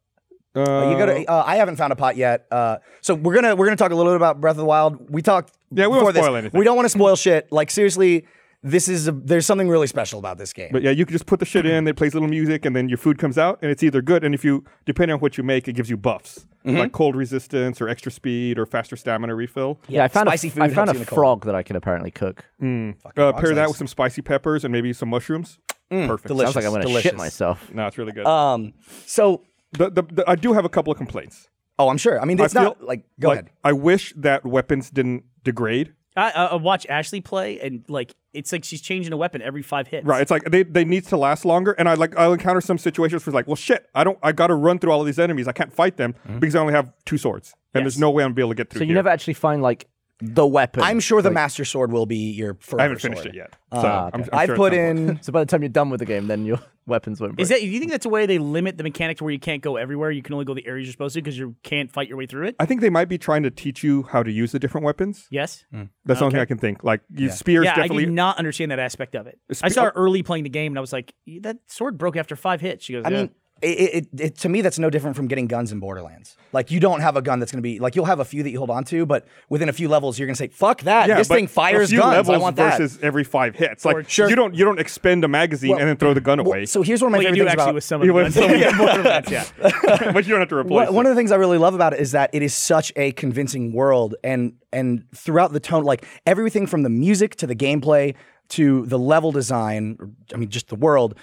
Uh, you go Uh, to, uh, I haven't found a pot yet. Uh, so we're gonna we're gonna talk a little bit about Breath of the Wild. We talked. Yeah, we won't before this. spoil anything. We don't want to spoil shit. Like seriously, this is a, there's something really special about this game. But yeah, you can just put the shit in. It plays little music, and then your food comes out, and it's either good. And if you depending on what you make, it gives you buffs Mm-hmm. like cold resistance or extra speed or faster stamina refill. Yeah, I found spicy a, food I helps found you in a the cold. frog that I can apparently cook. Uh, rock pair that size. with some spicy Mm, peppers and maybe some mushrooms. Perfect. delicious. Sounds like I'm gonna delicious. shit myself. No, it's really good. Um, so the, the, the I do have a couple of complaints. Oh, I'm sure. I mean, I it's not feel like go like, ahead. I wish that weapons didn't degrade. I, I I watch Ashley play, and like it's like she's changing a weapon every five hits. Right. It's like they, they need to last longer. And I like I'll encounter some situations where it's like, well shit, I don't I gotta run through all of these enemies. I can't fight them Mm-hmm. because I only have two swords. And Yes. there's no way I'm gonna be able to get through. So you here. never actually find like the weapon. I'm sure the Like, Master Sword will be your forever I haven't finished sword. it yet. So Ah, I'm, okay. I'm Uh, i sure at put some point. in. So by the time you're done with the game, then your weapons won't. Break. Is that? Do you think that's a way they limit the mechanic to where you can't go everywhere? You can only go the areas you're supposed to because you can't fight your way through it. I think they might be trying to teach you how to use the different weapons. Yes. That's the only thing I can think. Like you spears yeah, I definitely did not understand that aspect of it. I Spe- saw her early playing the game, and I was like, "That sword broke after five hits." She goes, I "Yeah." mean, it, it, it, it, to me, that's no different from getting guns in Borderlands. Like, you don't have a gun that's going to be like you'll have a few that you hold on to, but within a few levels, you're going to say, "Fuck that! yeah, this but thing a fires few guns. levels I want that." versus every five hits. Like sure. you don't you don't expend a magazine and then throw the gun Well, away. so here's one of my Well, you favorite do things actually about with some of you the went guns. so Yeah. yeah. but you don't have to replace One, one it. of the things I really love about it is that it is such a convincing world, and and throughout the tone, like everything from the music to the gameplay to the level design, or, I mean, just the world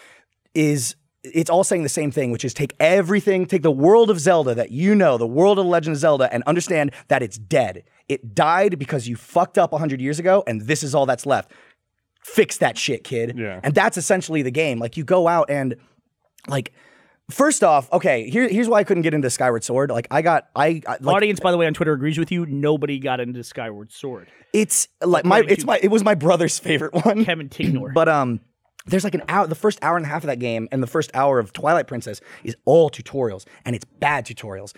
is. It's all saying the same thing, which is take everything, take the world of Zelda that you know, the world of Legend of Zelda, and understand that it's dead. It died because you fucked up 100 years ago, and this is all that's left. Fix that shit, kid. Yeah. And that's essentially the game. Like, you go out and, like, First off, okay, here, here's why I couldn't get into Skyward Sword. Like I got, I, I like Audience, by the way, on Twitter agrees with you. Nobody got into Skyward Sword. it's like my, According it's to- my, it was my brother's favorite one. Kevin Tignor. But um, there's like an hour, the first hour and a half of that game, and the first hour of Twilight Princess is all tutorials, and it's bad tutorials.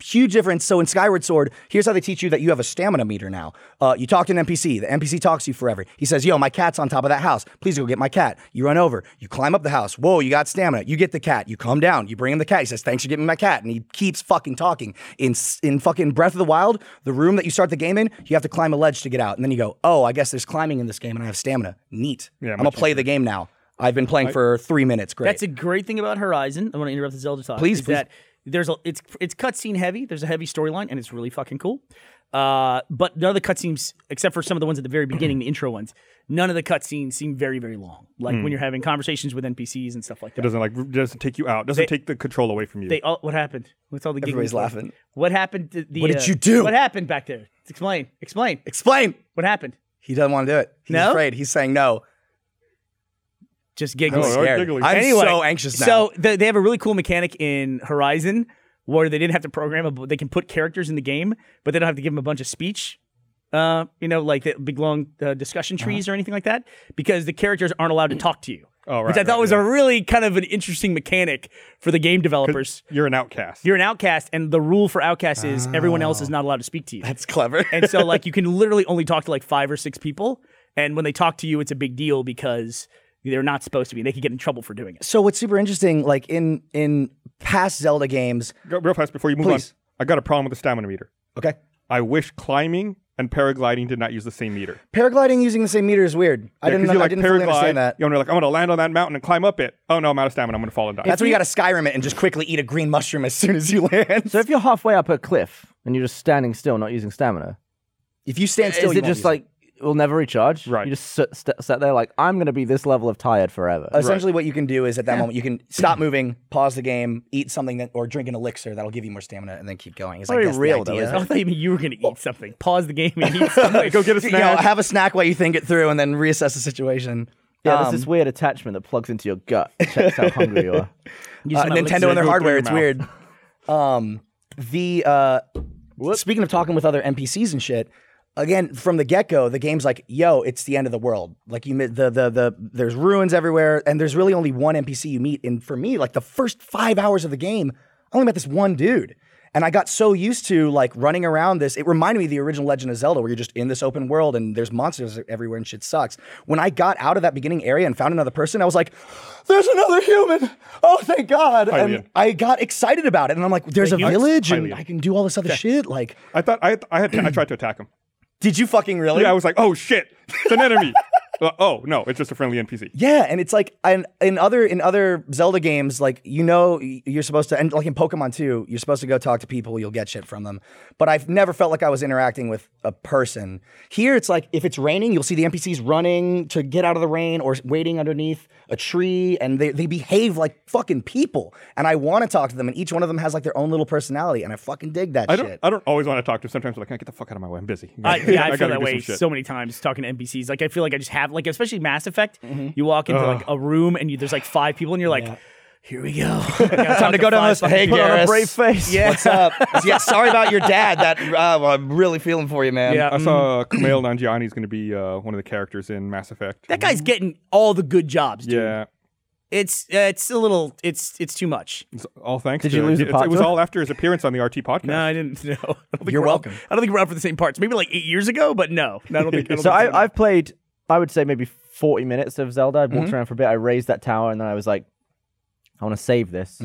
Huge difference. So in Skyward Sword, here's how they teach you that you have a stamina meter now. Uh, you talk to an NPC. The NPC talks to you forever. He says, "Yo, my cat's on top of that house. Please go get my cat." You run over. You climb up the house. Whoa, you got stamina. You get the cat. You come down. You bring him the cat. He says, "Thanks for getting my cat," and he keeps fucking talking. In s- in fucking Breath of the Wild, the room that you start the game in, you have to climb a ledge to get out, and then you go, "Oh, I guess there's climbing in this game, and I have stamina. Neat. Yeah, I'm gonna much play the game now. I've been playing for three minutes. Great. That's a great thing about Horizon. I want to interrupt the Zelda talk. Please, is please. That there's a it's it's cutscene heavy. There's a heavy storyline, and it's really fucking cool. Uh, but none of the cutscenes, except for some of the ones at the very beginning, the intro ones, none of the cutscenes seem very very long. Like Hmm. when you're having conversations with NPCs and stuff like it that. doesn't like doesn't take you out. Doesn't take the control away from you. They all what happened? What's all the giggling Everybody's for? laughing. What happened? To the, What did uh, you do? What happened back there? Explain. Explain. Explain. What happened? He doesn't want to do it. He's No? afraid. He's saying no. Just I'm giggling. Oh, scared. giggling. I'm Anyway, so anxious now. So they, they have a really cool mechanic in Horizon where they didn't have to program. A, bu- they can put characters in the game, but they don't have to give them a bunch of speech. Uh, you know, like the big long uh, discussion trees or anything like that, because the characters aren't allowed to talk to you. Oh, right, which I thought right, was yeah. a really kind of an interesting mechanic for the game developers. You're an outcast. You're an outcast, and the rule for outcasts is everyone else is not allowed to speak to you. That's clever. And so like you can literally only talk to like five or six people, and when they talk to you, it's a big deal because they're not supposed to be. and They could get in trouble for doing it. So what's super interesting, like in in past Zelda games, Go real fast before you move Please. on. I got a problem with the stamina meter. okay, I wish climbing and paragliding did not use the same meter. paragliding using the same meter is weird. I Yeah, 'cause didn't, you, I didn't fully understand that. You know, you're like, I'm gonna land on that mountain and climb up it. Oh no, I'm out of stamina. I'm gonna fall and die. That's when you got to Skyrim it and just quickly eat a green mushroom as soon as you land. So if you're halfway up a cliff and you're just standing still, not using stamina, if you stand still, is you it won't just use it. like we'll never recharge? Right. You just sit, st- sat there like I'm gonna be this level of tired forever. essentially what you can do is at that moment you can stop moving, pause the game, eat something that, or drink an elixir that'll give you more stamina, and then keep going. It's like Very that's real, the though, idea. isn't I thought you mean you were going to eat something. Pause the game and eat something. go get a You know, snack. have a snack while you think it through, and then reassess the situation. yeah, Um, there's this weird attachment that plugs into your gut, checks how hungry you are. You uh, smell it. Nintendo and their through hardware. your It's mouth. weird. Um, the uh, speaking of talking with other NPCs and shit. Again, from the get go, the game's like, "Yo, it's the end of the world." Like you, mi- the the the there's ruins everywhere, and there's really only one NPC you meet. And for me, like the first five hours of the game, I only met this one dude, and I got so used to like running around this. It reminded me of the original Legend of Zelda, where you're just in this open world and there's monsters everywhere and shit sucks. When I got out of that beginning area and found another person, I was like, "There's another human! Oh, thank God!" Hylian. And I got excited about it, and I'm like, "There's a village, and Hylian. I can do all this other shit." Like, I thought I I had I tried to attack him. did you fucking really? Yeah, I was like, oh shit, it's an enemy. Uh, oh no, it's just a friendly NPC. Yeah, and it's like and in other in other Zelda games, like you know y- you're supposed to and like in Pokemon too, you're supposed to go talk to people, you'll get shit from them. But I've never felt like I was interacting with a person. Here it's like if it's raining, you'll see the NPCs running to get out of the rain or waiting underneath a tree and they, they behave like fucking people. And I want to talk to them and each one of them has like their own little personality and I fucking dig that I shit. don't. I don't always want to talk to. Them. Sometimes I'm like, "Hey, get the fuck out of my way. I'm busy. I, yeah, I gotta feel that do some way shit. so many times talking to NPCs. Like I feel like I just have like especially Mass Effect. You walk into like a room and you, there's like five people and you're like, here we go. Time to go down this- hey, Put on a Garrus. brave face. Yeah. What's up? yeah, sorry about your dad. That uh, well, I'm really feeling for you, man. Yeah. Mm-hmm. I saw uh, Kumail Nanjiani is going to be uh, one of the characters in Mass Effect. That guy's getting all the good jobs, dude. yeah, It's uh, it's a little it's it's too much. it's all thanks. Did to you lose the it's- It was podcast? all after his appearance on the RT podcast. No, I didn't know. I don't think You're we're all- welcome. I don't think we're up for the same parts. Maybe like eight years ago, but no. No, I don't think. I don't So think I, I've played, I would say maybe 40 minutes of Zelda. I walked around for a bit. I raised that tower, and then I was like, I want to save this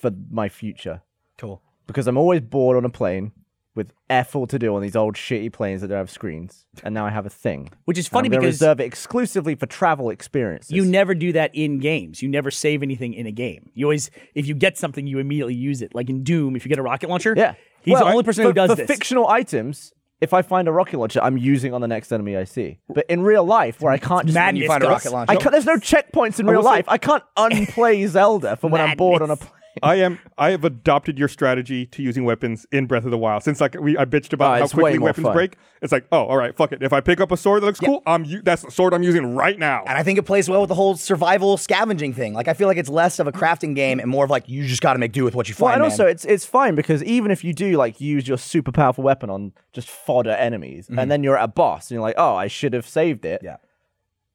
for my future Cool. because I'm always bored on a plane with effort to do on these old shitty planes that don't have screens, and now I have a thing. which is And funny I'm gonna because reserve it exclusively for travel experiences. you never do that in games. You never save anything in a game. You always, if you get something, you immediately use it. Like in Doom, if you get a rocket launcher, yeah. he's Well, the only person for, who does for this. fictional items. If I find a rocket launcher, I'm using on the next enemy I see. But in real life, where I can't just madness, You find a Gus. rocket launcher. I can't, there's no checkpoints in real will say- life. I can't unplay Zelda for when I'm bored on a Madness. plane. I am. I have adopted your strategy to using weapons in Breath of the Wild. Since like we, I bitched about Ah, how it's way quickly more weapons fun. break. It's like, oh, all right, fuck it. If I pick up a sword that looks cool, I'm u- that's the sword I'm using right now. And I think it plays well with the whole survival scavenging thing. Like I feel like it's less of a crafting game and more of like you just got to make do with what you find. Well, and man. also it's it's fine because even if you do like use your super powerful weapon on just fodder enemies, and then you're at a boss and you're like, oh, I should have saved it. Mm-hmm. Yeah.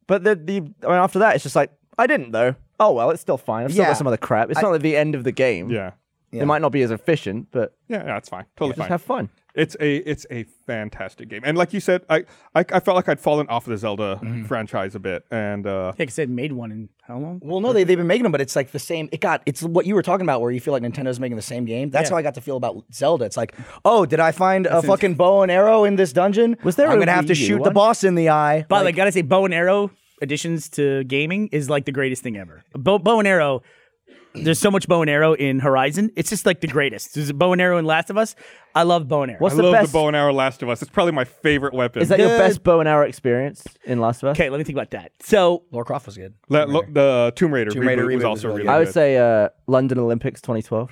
But the the I mean, after that, it's just like I didn't though. Oh well, it's still fine. I've still Yeah. got some other crap. It's not like the end of the game. yeah. Yeah. It might not be as efficient, but Yeah, that's fine. Totally just fine. have fun. It's a it's a fantastic game, and like you said, I I, I felt like I'd fallen off of the Zelda Mm-hmm. franchise a bit, and uh, Yeah, 'cause they had made one in how long? well, no, they they've been making them, but it's like the same. It got it's what you were talking about, where you feel like Nintendo's making the same game. That's how I got to feel about Zelda. It's like, oh, did I find a fucking bow and arrow in this dungeon? Was there I'm a gonna have to Wii U shoot the one? boss in the eye. But like, I gotta say, bow and arrow additions to gaming is like the greatest thing ever. Bow, bow and arrow. There's so much bow and arrow in Horizon. It's just like the greatest. There's a bow and arrow in Last of Us. I love bow and arrow. What's I the love best? the bow and arrow Last of Us. It's probably my favorite weapon. is that your best bow and arrow experience in Last of Us? okay, let me think about that. So Lara Croft was good. La- lo- the Tomb Raider, Tomb Raider reboot was reboot was also really really. good. I good. would say uh, London Olympics 2012.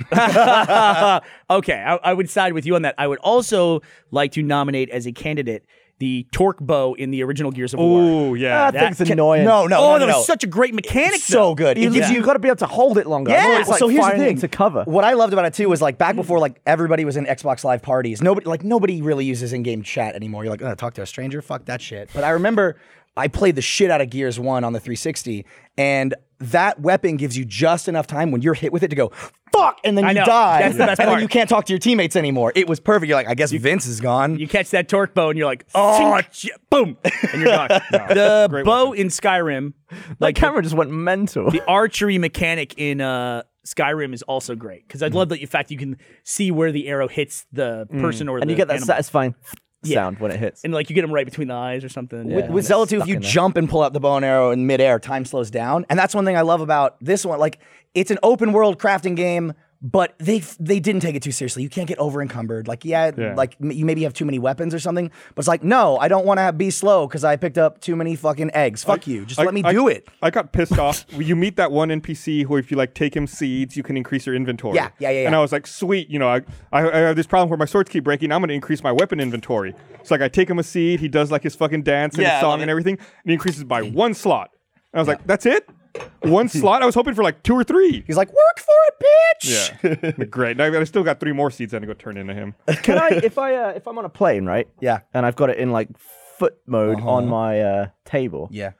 okay, I, I would side with you on that. I would also like to nominate as a candidate the torque bow in the original Gears of War. Oh yeah, that thing's Can- annoying. Ah, No, no, oh, no, that no. was such a great mechanic. so though. good. You, It gives you have got to be able to hold it longer. Yeah. Otherwise, it's like so here's the firing thing. into cover. What I loved about it too was like Mm. back before like everybody was in Xbox Live parties. Nobody like nobody really uses in-game chat anymore. You're like, oh, talk to a stranger, fuck that shit. But I remember I played the shit out of Gears One on the 360, and that weapon gives you just enough time when you're hit with it to go fuck, and then I you know. die. That's the best and part. then you can't talk to your teammates anymore. It was perfect. You're like, I guess Vince is gone. You catch that torque bow and you're like, oh, shit, boom, and you're gone. the bow in Skyrim, My like the, camera just went mental. the archery mechanic in uh, Skyrim is also great because I Mm-hmm. love that the fact you can see where the arrow hits the Mm. person or and the you get that animal. satisfying sound when it hits. and like you get them right between the eyes or something. With, with Zelda 2, if you jump and pull out the bow and arrow in midair, time slows down. And that's one thing I love about this one. Like, it's an open world crafting game, but they f- they didn't take it too seriously. You can't get over encumbered. Like, yeah, like m- you maybe have too many weapons or something, but it's like, no, I don't want to be slow because I picked up too many fucking eggs. Fuck you. Just I- let me I- do it. I got pissed off. You meet that one NPC who, if you like take him seeds, you can increase your inventory. Yeah, yeah, yeah, And yeah. I was like, sweet, you know, I, I, I have this problem where my swords keep breaking. I'm going to increase my weapon inventory. So like, I take him a seed. He does like his fucking dance and Yeah, I his song love and it. everything, and he increases by one slot. And I was like, that's it. One slot. I was hoping for like two or three. He's like, work for it, bitch. yeah, great. And I, I still got three more seeds I had to go turn into him. Can I, if I, uh, if I'm on a plane, right? Yeah. And I've got it in like foot mode on my uh, table. Yeah.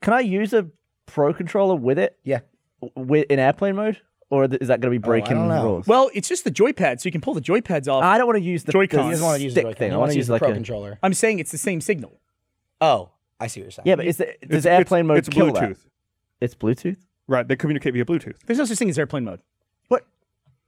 Can I use a pro controller with it? Yeah. With in airplane mode, or th- is that going to be breaking don't know. rules? Well, it's just the joypad, so you can pull the joypads off. I don't want to use the Joy-Con. the He doesn't want to use stick the thing. I want to use like Pro a Controller. I'm saying it's the same signal. Oh, I see what you're saying. yeah, but is it, It's- it's- does airplane mode It's kill Bluetooth. that? It's Bluetooth. Right, they communicate via Bluetooth. There's no such thing as airplane mode. What?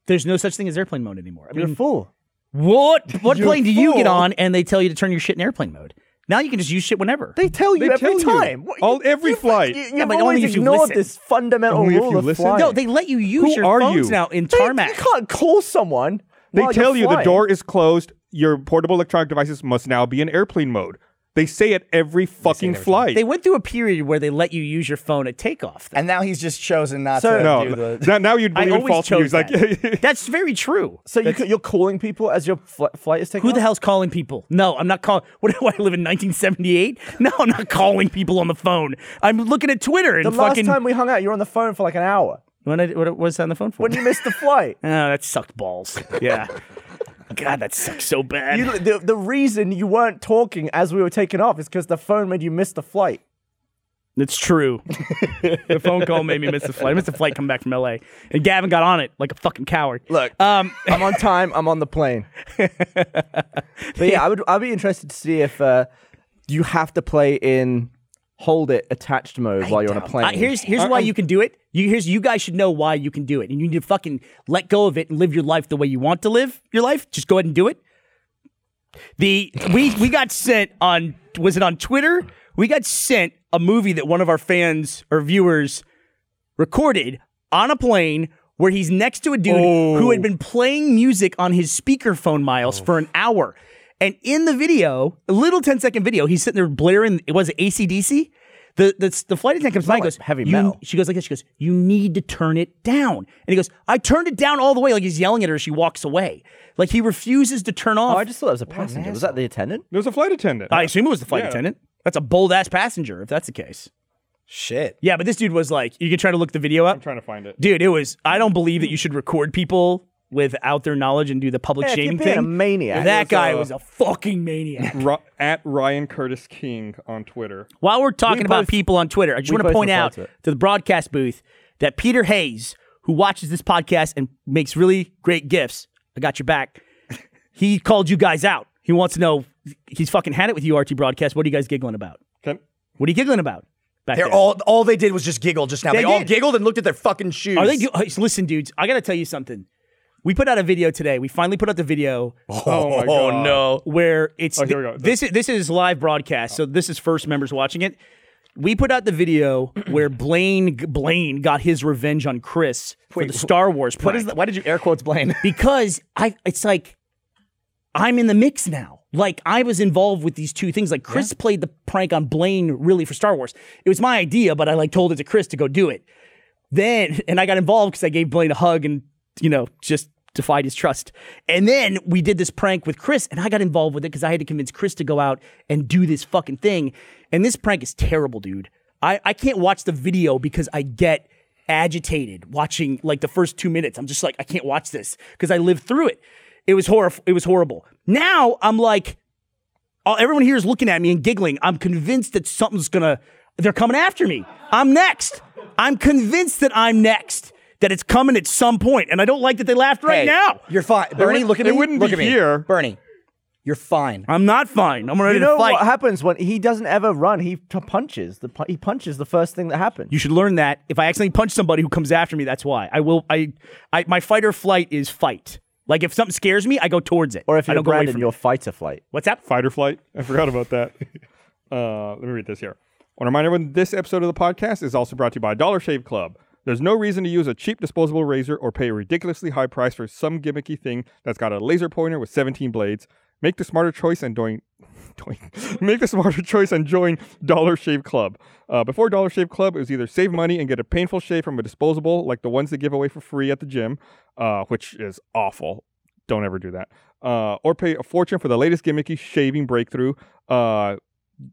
There's no such thing as airplane mode anymore. I You're a mean, fool. what what You're a plane do you get fool. on? And they tell you to turn your shit in airplane mode. Now you can just use shit whenever. They tell you They every tell you. time. What- All- every you've- flight. You, you've Yeah, but only always if you ignored listen. this fundamental Only if rule you of listen? flying. no, they let you use Who your are phones you? now in They- tarmac. You can't call someone. They while you're tell you the flying. door is closed. Your portable electronic devices must now be in airplane mode. They say it every fucking flight. They went through a period where they let you use your phone at takeoff. And now he's just chosen not So- to no, do the. now- now you'd I believe in always false chose news. Like, that. That's very true. So you, ca- you're calling people as your fl- flight is taking Who the off? hell's calling people? No, I'm not calling. What do I live in 1978? No, I'm not calling people on the phone. I'm looking at Twitter and The last fucking. time we hung out, you were on the phone for like an hour. When I- what was on the phone for? When you missed the flight. oh, that sucked balls. Yeah. God, that sucks so bad. You, the, the reason you weren't talking as we were taking off is because the phone made you miss the flight. It's true. the phone call made me miss the flight. I missed the flight coming back from LA. And Gavin got on it like a fucking coward. Look. Um, I'm on time. I'm on the plane. but yeah, I would. I'd be interested to see if uh, you have to play in hold it attached mode while you're on a plane. I- here's here's why you can do it. You here's you guys should know why you can do it. And you need to fucking let go of it and live your life the way you want to live your life. Just go ahead and do it. The we we got sent on was it on Twitter? We got sent a movie that one of our fans or viewers recorded on a plane where he's next to a dude who Oh. had been playing music on his speakerphone, Miles, for an hour. And in the video, a little 10 second video, he's sitting there blaring, it was ACDC. The, the, the flight attendant comes by and like goes, heavy "You- metal." She goes like this. She goes, You need to turn it down. And he goes, I turned it down all the way. Like he's yelling at her as she walks away. Like he refuses to turn off. Oh, I just thought that was a passenger. Was that the attendant? there's a flight attendant. I assume it was the flight Yeah. attendant. That's a bold ass passenger if that's the case. Shit. Yeah, but this dude was like, You can try to look the video up. I'm trying to find it. Dude, it was. I don't believe that you should record people without their knowledge and do the public Yeah, if you're shaming being thing. a maniac. That was, guy uh, was a fucking maniac. Ri- at Ryan Curtis King on Twitter. While we're talking We about both- people on Twitter, I just we want to both point replied out to to, it. the broadcast booth that Peter Hayes, who watches this podcast and makes really great gifts, I got your back. he called you guys out. He wants to know. He's fucking had it with you, RT Broadcast. What are you guys giggling about? Can, What are you giggling about? Back They're there? all all they did was just giggle just now. They, They all did. giggled and looked at their fucking shoes. Are they? Do- Hey, listen, dudes, I gotta tell you something. We put out a video today. We finally put out the video oh my god. no. where it's here we go. this is this is live broadcast, so this is first members watching it. We put out the video where Blaine Blaine got his revenge on Chris for the Star Wars. Prank What is that? Why did you air quotes Blaine? because I it's like I'm in the mix now. Like I was involved with these two things. Like Chris played the prank on Blaine really for Star Wars. It was my idea, but I like told it to Chris to go do it. Then and I got involved because I gave Blaine a hug and you know just defied his trust. And then we did this prank with Chris and I got involved with it because I had to convince Chris to go out and do this fucking thing. And this prank is terrible, dude. I, I can't watch the video because I get agitated watching like the first two minutes. I'm just like, I can't watch this because I lived through it. It was horrible. It was horrible. Now I'm like, all, everyone here is looking at me and giggling. I'm convinced that something's gonna. They're coming after me. I'm next. I'm convinced that I'm next. That it's coming at some point, and I don't like that they laughed right Hey, now. You're fine. Bernie, wouldn't- look at it me. wouldn't look be at me. here. Bernie, you're fine. I'm not fine. I'm ready You know to fight. what happens when he doesn't ever run? He t- punches. The pu- he punches the first thing that happens. You should learn that if I accidentally punch somebody who comes after me, that's why. I will. I. I. My fight or flight is fight. Like if something scares me, I go towards it. or if I you're don't go away Brandon, from you're fight or flight. What's that? Fight or flight. I forgot about that. uh, let me read this here. I want to remind everyone this episode of the podcast is also brought to you by Dollar Shave Club. There's no reason to use a cheap disposable razor or pay a ridiculously high price for some gimmicky thing that's got a laser pointer with 17 blades. Make the smarter choice and doing. doing- Make the smarter choice and join Dollar Shave Club. Uh, before Dollar Shave Club, it was either save money and get a painful shave from a disposable like the ones they give away for free at the gym, uh, which is awful don't ever do that. Uh, or pay a fortune for the latest gimmicky shaving breakthrough. Uh,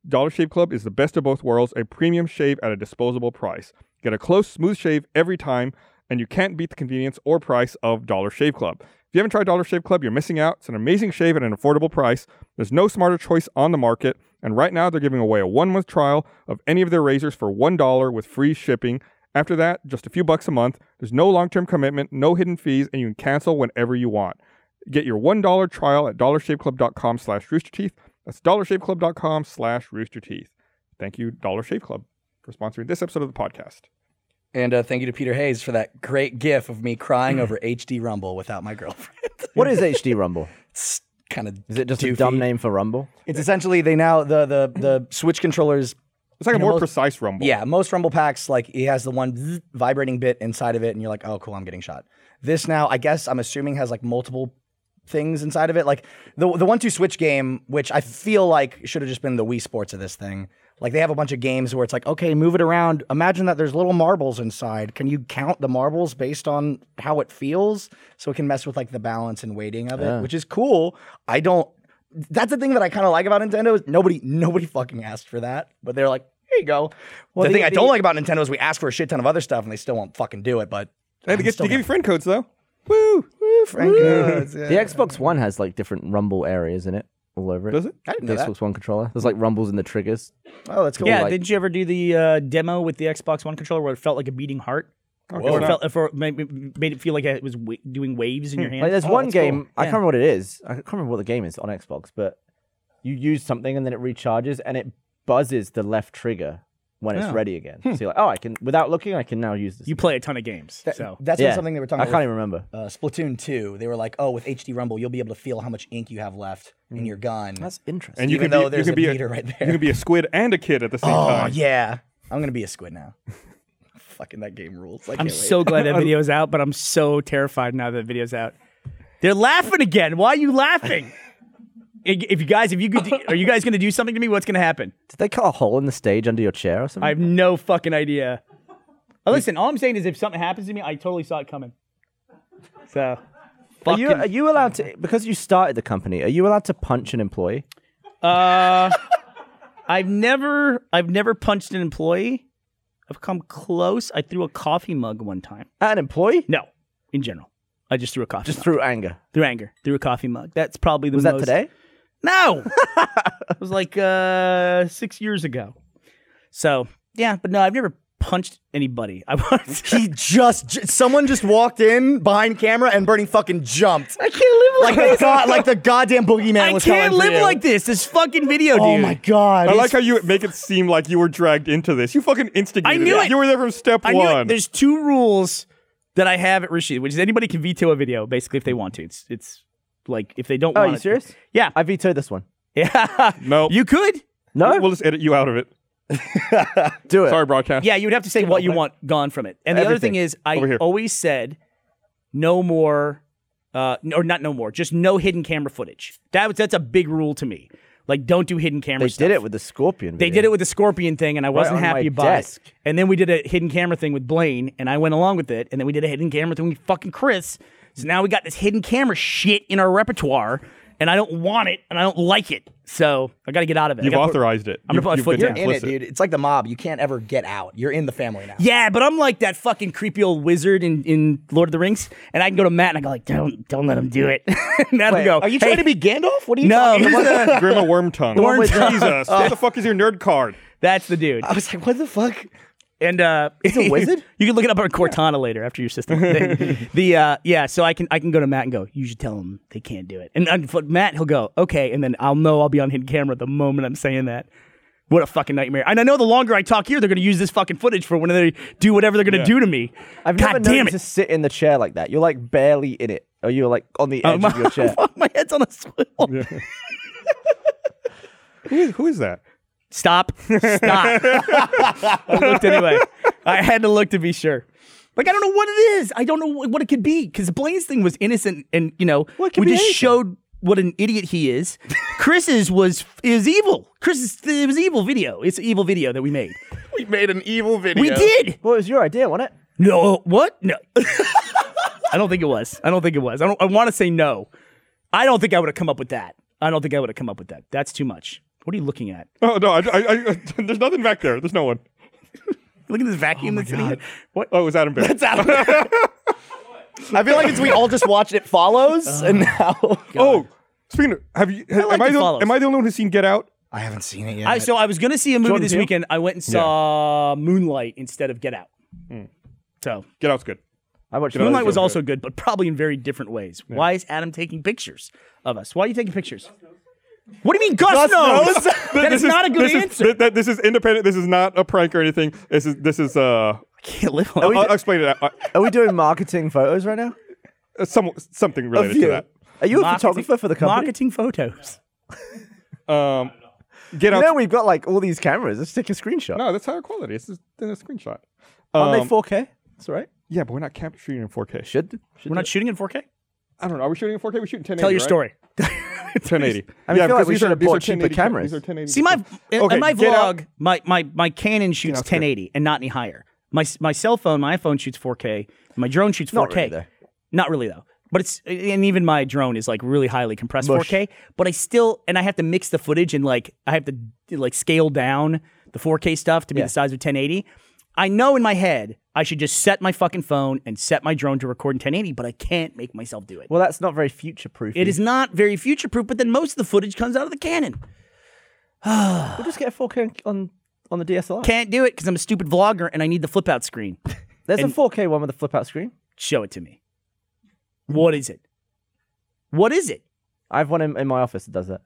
Dollar Shave Club is the best of both worlds, a premium shave at a disposable price. Get a close, smooth shave every time, and you can't beat the convenience or price of Dollar Shave Club. If you haven't tried Dollar Shave Club, you're missing out. It's an amazing shave at an affordable price. There's no smarter choice on the market, and right now they're giving away a one month trial of any of their razors for $1 with free shipping. After that, just a few bucks a month. There's no long term commitment, no hidden fees, and you can cancel whenever you want. Get your $1 trial at dollarshaveclub.com slash roosterteeth. That's dollarshaveclub.com slash roosterteeth. Thank you, Dollar Shave Club, for sponsoring this episode of the podcast. And uh, thank you to Peter Hayes for that great gif of me crying over HD Rumble without my girlfriend. What is HD Rumble? kind of Is it just a dumb name for Rumble? It's essentially they now the the the Switch controllers. It's like a more most- precise rumble. Yeah, most Rumble packs like it has the one zzz vibrating bit inside of it, and you're like, oh, cool, I'm getting shot. This now, I guess I'm assuming has like multiple things inside of it, like the the one two Switch game, which I feel like should have just been the Wii Sports of this thing. Like they have a bunch of games where it's like, okay, move it around. Imagine that there's little marbles inside. Can you count the marbles based on how it feels? So it can mess with like the balance and weighting of it, which is cool. I don't. That's the thing that I kind of like about Nintendo is nobody nobody fucking asked for that, but they're like, here you go. the, the- thing I don't the- like about Nintendo is we ask for a shit ton of other stuff and they still won't fucking do it. But Hey, they, I'm get, still they give you friend codes though. Woo! Woo! Frank Oz, yeah. The Xbox One has like different Rumble areas in it, all over it. Does it? I didn't The know that. Xbox One controller. There's like rumbles in the triggers. Oh, that's cool. Yeah, like- didn't you ever do the uh, demo with the Xbox One controller where it felt like a beating heart? Oh, guess or it not. felt, or made, made it feel like it was wa- doing waves in your hand? Hmm. Like there's Oh, one that's cool. game I Yeah. can't remember what it is. I can't remember what the game is on Xbox, but you use something and then it recharges and it buzzes the left trigger when it's ready again. So you're like, oh, I can without looking, I can now use this. you play a ton of games, That- so that's yeah. been something they were talking I about. can't even remember. uh, Splatoon 2, they were like, oh, with HD Rumble, you'll be able to feel how much ink you have left Mm. in your gun. That's interesting. And you Even can though be, there's you a can be meter right there. You can be a squid and a kid at the same oh, time. yeah. I'm going to be a squid now. Fucking that game rules. I I'm can't wait. so glad that video's out, but I'm so terrified now that video's out. They're laughing again. Why are you laughing? I- if you guys, if you could, do- are you guys going to do something to me? What's going to happen? Did they cut a hole in the stage under your chair or something? I have no fucking idea. Uh, listen, all I'm saying is if something happens to me, I totally saw it coming. So, are, fucking, you, are you allowed to because you started the company? Are you allowed to punch an employee? Uh, I've never, I've never punched an employee. I've come close. I threw a coffee mug one time. An employee? No, in general, I just threw a coffee. Just mug. through anger. through anger, through a coffee mug. That's probably the Was most, that today? No, it was like uh, six years ago. So yeah, but no, I've never punched anybody. I He just, j- someone just walked in behind camera and Bernie fucking jumped. I can't live Like the, god, like the goddamn boogeyman I was can't coming for live you. like this. This fucking video, dude. Oh my god. I It's- like how you make it seem like you were dragged into this. You fucking instigated. I knew it. You were there from step I knew it. one. There's two rules that I have at Rashid, which is anybody can veto a video basically if they want to. It's it's like if they don't. Oh, want you it- serious? Yeah, I vetoed this one. yeah. No. you could. No, We'll just edit you out of it. do it. Sorry, broadcast. Yeah, you would have to say what you want gone from it. And the other Everything. thing is, Over I here. always said no more, uh, n- or not no more, just no hidden camera footage. That was that's a big rule to me. Like, don't do hidden camera. They stuff. did it with the scorpion. They did it with the scorpion thing, and I wasn't on my happy about desk. it. And then we did a hidden camera thing with Blaine, and I went along with it. And then we did a hidden camera thing with fucking Chris. So now we got this hidden camera shit in our repertoire, and I don't want it, and I don't like it. So I got to get out of it. I You've gotta put- authorized it. I'm gonna You've- put my you've been foot down. in it, complicit. dude. It's like the mob. You can't ever get out. You're in the family now. Yeah, but I'm like that fucking creepy old wizard in, in Lord of the Rings, and I can go to Matt and I go like, don't don't let him do it. and Matt will go, Are you "Hey, trying to be Gandalf? What are you no? talking he's about? the- Grim a worm tongue. worm Jesus, tongue. what the fuck is your nerd card? that's the dude. I was like, what the fuck? And uh, he's a wizard? you can look it up on Cortana later after your system. the the, uh, yeah, so I can I can go to Matt and go, you should tell him they can't do it. And uh, but Matt he'll go, okay, and then I'll know I'll be on hidden camera the moment I'm saying that. What a fucking nightmare! And I know the longer I talk here, they're gonna use this fucking footage for when they do whatever they're gonna do to me. I've God never known damn you it! to sit in the chair like that. You're like barely in it, or you're like on the edge Oh, my, of your chair. my head's on a swivel. Who is, who is that? Stop. Stop. I looked anyway. I had to look to be sure. Like I don't know what it is. I don't know wh- what it could be because Blaine's thing was innocent, and you know Well, it could we be just anything. showed what an idiot he is. Chris's was is evil. Chris's it was evil video. It's an evil video that we made. We made an evil video. We did. Well, it was your idea, wasn't it? No. What? No. I don't think it was. I don't think it was. I don't. I want to say no. I don't think I would have come up with that. I don't think I would have come up with that. That's too much. What are you looking at? Oh no! I, I, I, there's nothing back there. There's no one. Look at this vacuum that's in here. What? Oh, it was Adam Bear. I feel like it's we all just watched It Follows, Uh, and now Oh, speaking. Of, have you? Have, like am, I the the, follows. am I the only one who's seen Get Out? I haven't seen it yet. I, so I was gonna see a movie Jordan this Peele? weekend. I went and saw Moonlight instead of Get Out. So Get Out's good. I watched know, Moonlight that's was so also good, but probably in very different ways. Why is Adam taking pictures of us? Why are you taking pictures? What do you mean, Gus, knows? that is, not a good this is- answer. that- that- this is independent. This is not a prank or anything. This is this is. Uh, Can't live on. I'll, I'll explain it. Uh, Are we doing marketing photos right now? uh, some something related to view. that. Are you a Marketing- photographer for the company? Marketing photos. Um, get You out. know, we've got like all these cameras. Let's take a screenshot. no, that's higher quality. It's just in a screenshot. Um, Aren't they 4K? That's all right. yeah, but we're not capturing in 4K. Should, should We're do not it. shooting in 4K. I don't know. Are we shooting in 4K? We're shooting 1080. Tell your right? story. 1080. I mean, I feel like because we these should are- have these bought are cheaper 1080 cam- cameras. These are 1080. See my in, Okay, in my get out. vlog, my, my my Canon shoots out there. 1080 and not any higher. My my cell phone, my iPhone shoots 4K. My drone shoots 4K. Not really, though. Not really, though. But it's and even my drone is like really highly compressed Mush. 4K. But I still and I have to mix the footage and like I have to like scale down the 4K stuff to be Yeah. the size of 1080. I know in my head I should just set my fucking phone and set my drone to record in 1080, but I can't make myself do it. Well, that's not very future proof. It is not very future proof, but then most of the footage comes out of the Canon. We'll just get a 4K on on the DSLR. Can't do it because I'm a stupid vlogger and I need the flip out screen. There's and- a 4K one with a flip out screen. Show it to me. What is it? What is it? I have one in, in my office that does that.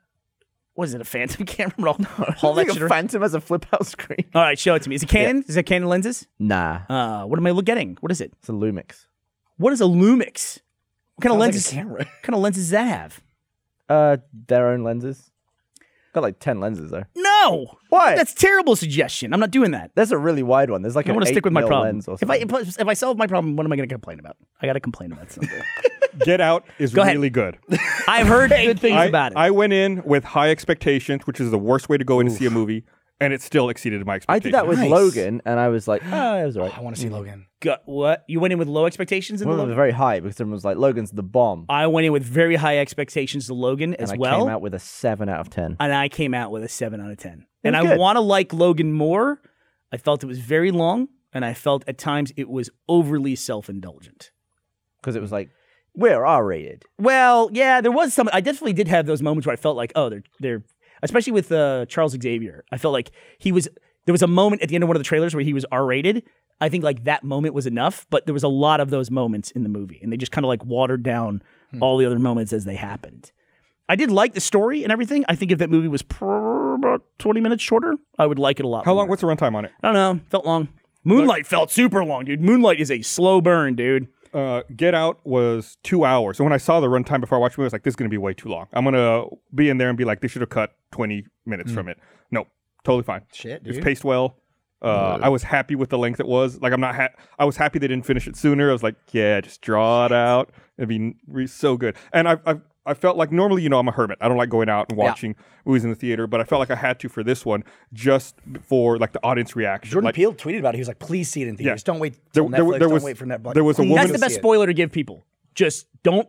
Was it a phantom camera? We're all- all All that shit a around. Phantom has a flip out screen. All right, show it to me. Is it Canon? Is it Canon lenses? Nah, Uh, what am I getting? What is it? it's a Lumix. What is a Lumix? What kind of like a lenses? camera. What kind of lenses does that have? Uh, their own lenses. Got like ten lenses though. No. Why? That's terrible suggestion. I'm not doing that. There's a really wide one. There's like I an want to stick with my 8mm problem. lens or If I something. if I solve my problem, what am I going to complain about? I got to complain about something. Get out is Go ahead. really good. I've heard good things I, about it. I went in with high expectations, which is the worst way to go in to see a movie, and it still exceeded my I expectations. did that with Nice. Logan, and I was like, oh, Ah, it was alright. I want to see Logan. Go- what? You went in with low expectations in One the of them Logan? was very high because everyone was like, Logan's the bomb, I went in with very high expectations to Logan and Ah, as I well, Ah. came out with a seven out of ten. and I came out with a seven out of ten. And was I good. want to like Logan more. I felt it was very long, and I felt at times it was overly self-indulgent. because it was like, we're R rated. Well, yeah, there was some. I definitely did have those moments where I felt like, oh, they're they're especially with uh, Charles Xavier. I felt like he was. There was a moment at the end of one of the trailers where he was R rated. I think like that moment was enough, but there was a lot of those moments in the movie, and they just kind of like watered down Hmm. all the other moments as they happened. I did like the story and everything. I think if that movie was pr- about twenty minutes shorter, I would like it a lot. How more. long? What's the runtime on it? I don't know. Felt long. Moonlight felt super long, dude. Moonlight is a slow burn, dude. Uh, Get Out was two hours. And when I saw the runtime before I watched the movie, I was like, this is going to be way too long. I'm going to be in there and be like, they should have cut 20 minutes from it. No, totally fine. Hmm. Shit, It's dude. paced well. Uh, I was happy with the length it was. Like, I'm not. Ha- I was happy they didn't finish it sooner. I was like, yeah, just draw it out. It'd be n- re- so good. And I, I, I felt like normally, you know, I'm a hermit. I don't like going out and watching movies in the theater, but I felt like I had to for this one just for like the audience reaction. Jordan like, Peele tweeted about it. He was like, "Please see it in theaters. Don't wait. There- Till there- Netflix. there was- Don't wait for Netflix. there was a Please woman- That's go Let's the best see it." spoiler to give people. Just don't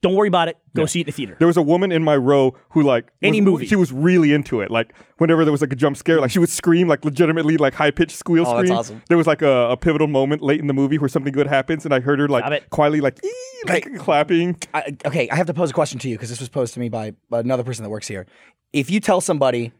don't worry about it. Go see it in the theater. There was a woman in my row who like Any was- movie. She was really into it. Like whenever there was like a jump scare, like she would scream like legitimately like high pitched squeal Oh, that's scream. awesome. There was like a, a pivotal moment late in the movie where something good happens, and I heard her Stop like it. quietly like "Ee," like Hey. clapping. I, okay, I have to pose a question to you because this was posed to me by another person that works here. If you tell somebody,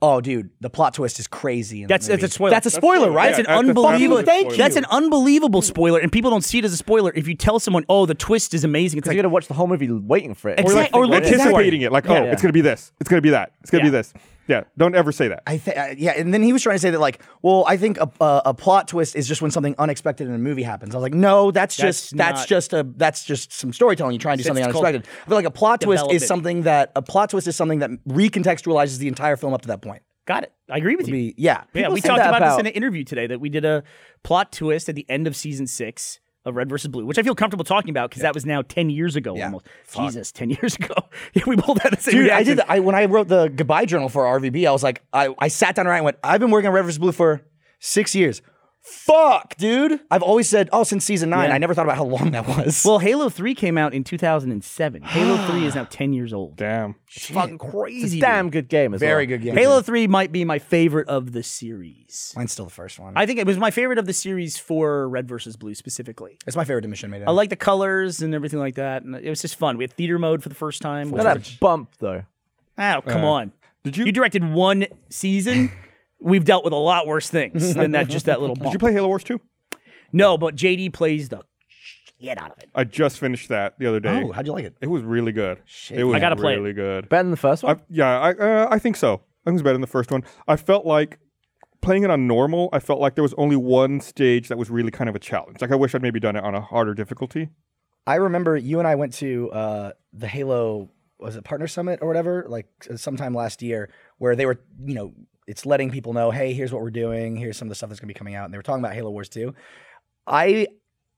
"Oh, dude, the plot twist is crazy," in That's the movie, that's a spoiler. That's a spoiler, spoiler, right? yeah. That's that's an a unbelievable. spoiler. Thank That's you. an unbelievable spoiler, and people don't see it as a spoiler. If you tell someone, "Oh, the twist is amazing," it's Because like you're gonna watch the whole movie waiting for it. Or, like, Exactly. or look- anticipating it, like oh, yeah. it's gonna be this, it's gonna be that, it's gonna be Yeah. this. Yeah, don't ever say that. I th- I- yeah, and then he was trying to say that like, well, I think a, a, a plot twist is just when something unexpected in a movie happens. I was like, no, that's just that's, not- just a that's just some storytelling. You try and do something It's called unexpected. I feel like a plot twist development. is something that a plot twist is something that recontextualizes the entire film up to that point. got it. I agree with you. Be- yeah, yeah, people we say talked that about, this about- in an interview today that we did a plot twist at the end of season six of Red versus Blue, which I feel comfortable talking about because that was now ten years ago Yeah. almost. Jesus, ten years ago. Yeah, we both had the same. Dude, I reaction. did. I when I wrote the goodbye journal for RVB, I was like, I, I sat down and I went, I've been working on Red vs. Blue for six years. Fuck, dude. I've always said, oh, since season nine. Yeah. I never thought about how long that was. Well, Halo Three came out in 2007. Halo Three is now 10 years old. Damn. It's fucking crazy. It's a dude. damn good game as very well. good game. Halo 3 might be my favorite of the series. Mine's still the first one. I think it was my favorite of the series for Red versus Blue specifically. it's my favorite Mission Made. I like the colors and everything like that. And it was just fun. We had theater mode for the first time. Look at that bump though. Oh, come on. Did You directed one season. We've dealt with a lot worse things than that, just that little Did bump. you play Halo Wars 2? no, but JD plays the shit out of it. I just finished that the other day. Oh, how'd you like it? it was really good. Shit. It was I gotta play it. really good. Better than the first one. I, yeah, I uh, I think so. I think it was better than the first one. I felt like playing it on normal. I felt like there was only one stage that was really kind of a challenge. Like I wish I'd maybe done it on a harder difficulty. I remember you and I went to uh, the Halo was it Partner Summit or whatever, like s- sometime last year, where they were, you know, it's letting people know, hey, here's what we're doing, here's some of the stuff that's gonna be coming out, and they were talking about Halo Wars 2. I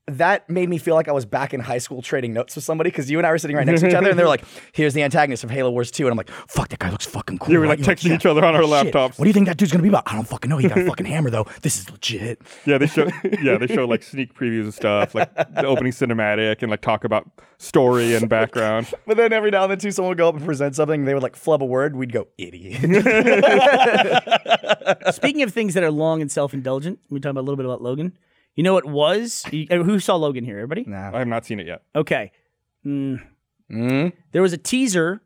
that made me feel like I was back in high school trading notes with somebody because you and I were sitting right next to each other, and they were like, "Here's the antagonist of Halo Wars 2," and I'm like, "Fuck, that guy looks fucking cool." Yeah, we were, right? like, You're texting each other on our "Shit, laptops. What do you think that dude's gonna be about? I don't fucking know. He got a fucking hammer though. This is legit. Yeah, they show yeah, they show like sneak previews of stuff, like the opening cinematic and like talk about story and background. But then every now and then, too, someone would go up and present something, and they would like flub a word. We'd go, idiot. Speaking of things that are long and self-indulgent, we talked about a little bit about Logan. You know what was? you- who saw Logan here? Everybody? nah. I have not seen it yet. Okay. Mm. Hmm? There was a teaser.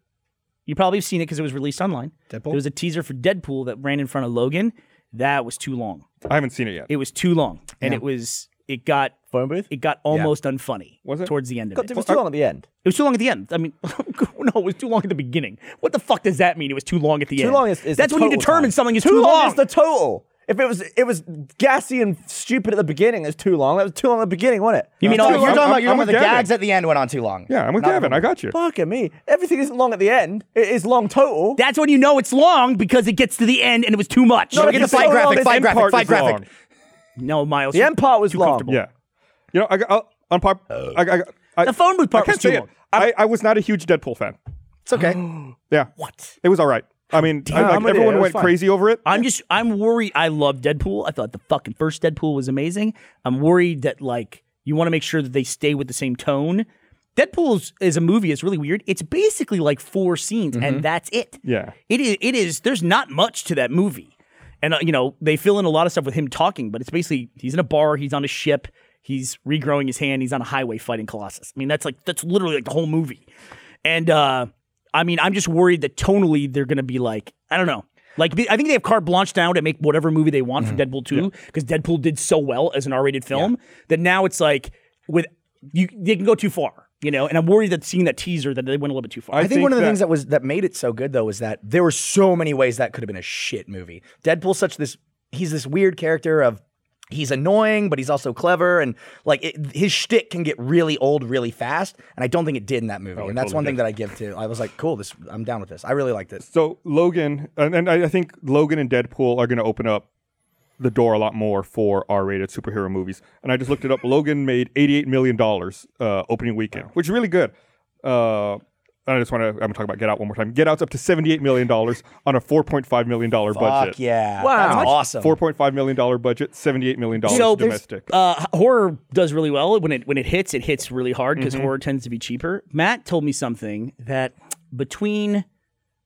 You probably have seen it because it was released online. Deadpool? There was a teaser for Deadpool that ran in front of Logan. That was too long. I haven't seen it yet. It was too long, and it was it got Phone booth? it got almost unfunny. Was it? towards the end of God, it? it was too long at the end. It was too long at the end. I mean, no, it was too long at the beginning. What the fuck does that mean? It was too long at the Too end. long is, is that's the when you total determine time. something is too, too, long. is the total. If it was it was gassy and stupid at the beginning, it's too long. That was too long at the beginning, wasn't it? you mean No, all you're I'm- talking about, I'm you're talking with about the Gavin. gags at the end went on too long. Yeah, I'm with Gavin. I got you. Fucking me. Everything isn't long at the end. It is long total. That's when you know it's long because it gets to the end and it was too much. No, Look at the It's so fight long, graphic, it's fight End graphic, part fight is graphic. long. no, Miles. the end part was too long. comfortable. Yeah, you know, I got I'll, on pop. I, I, I, Oh. The phone booth I part can't was too say long. it. I, I was not a huge Deadpool fan. It's okay. Yeah, What? it was all right. I mean, I, I'm like, with you. everyone It was went fine. crazy over it. I'm just I'm worried. I love Deadpool. I thought the fucking first Deadpool was amazing. I'm worried that like you want to make sure that they stay with the same tone. Deadpool is, is a movie. It's really weird. It's basically like four scenes and that's it. Yeah. It is. It is. There's not much to that movie, and uh, you know they fill in a lot of stuff with him talking, but it's basically he's in a bar, he's on a ship, he's regrowing his hand, he's on a highway fighting Colossus. I mean that's like that's literally like the whole movie, and uh I mean I'm just worried that tonally they're gonna be like I don't know. Like be- I think they have carte blanche now to make whatever movie they want for Deadpool 2 because Deadpool did so well as an R-rated film that now it's like with you they can go too far, you know. And I'm worried that seeing that teaser that they went a little bit too far. I I think, one of the that- things that was that made it so good though was that there were so many ways that could have been a shit movie. Deadpool's such this he's this weird character of he's annoying but he's also clever and like it, his shtick can get really old really fast and I don't think it did in that movie and that's Oh, totally one thing that I give to I was like cool this I'm down with this I really liked this So Logan, and, and I I think Logan and Deadpool are going to open up the door a lot more for R-rated superhero movies. And I just looked it up. Logan made eighty-eight million dollars uh, opening weekend, which is really good. Uh, and I just want to. I'm going to talk about Get Out one more time. Get Out's up to seventy-eight million dollars on a four point five million dollar budget. Fuck yeah Wow. How that's much? awesome Four point five million dollar budget, seventy-eight million dollars So there's- Oh, domestic. Uh, h- horror does really well when it when it hits. It hits really hard Mm-hmm. because horror tends to be cheaper. Matt told me something that between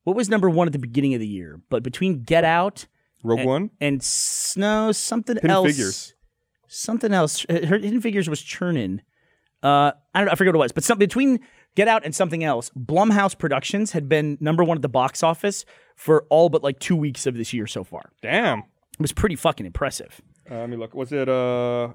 what was number one at the beginning of the year, but between Get Out Rogue One. and Snow, something Hidden else, Figures. something else. H- Her Hidden Figures was churning. Uh, I don't know. I forget what it was, but some, between Get Out and something else, Blumhouse Productions had been number one at the box office for all but like two weeks of this year so far. Damn. It was pretty fucking impressive. Uh, let me look. Was it uh,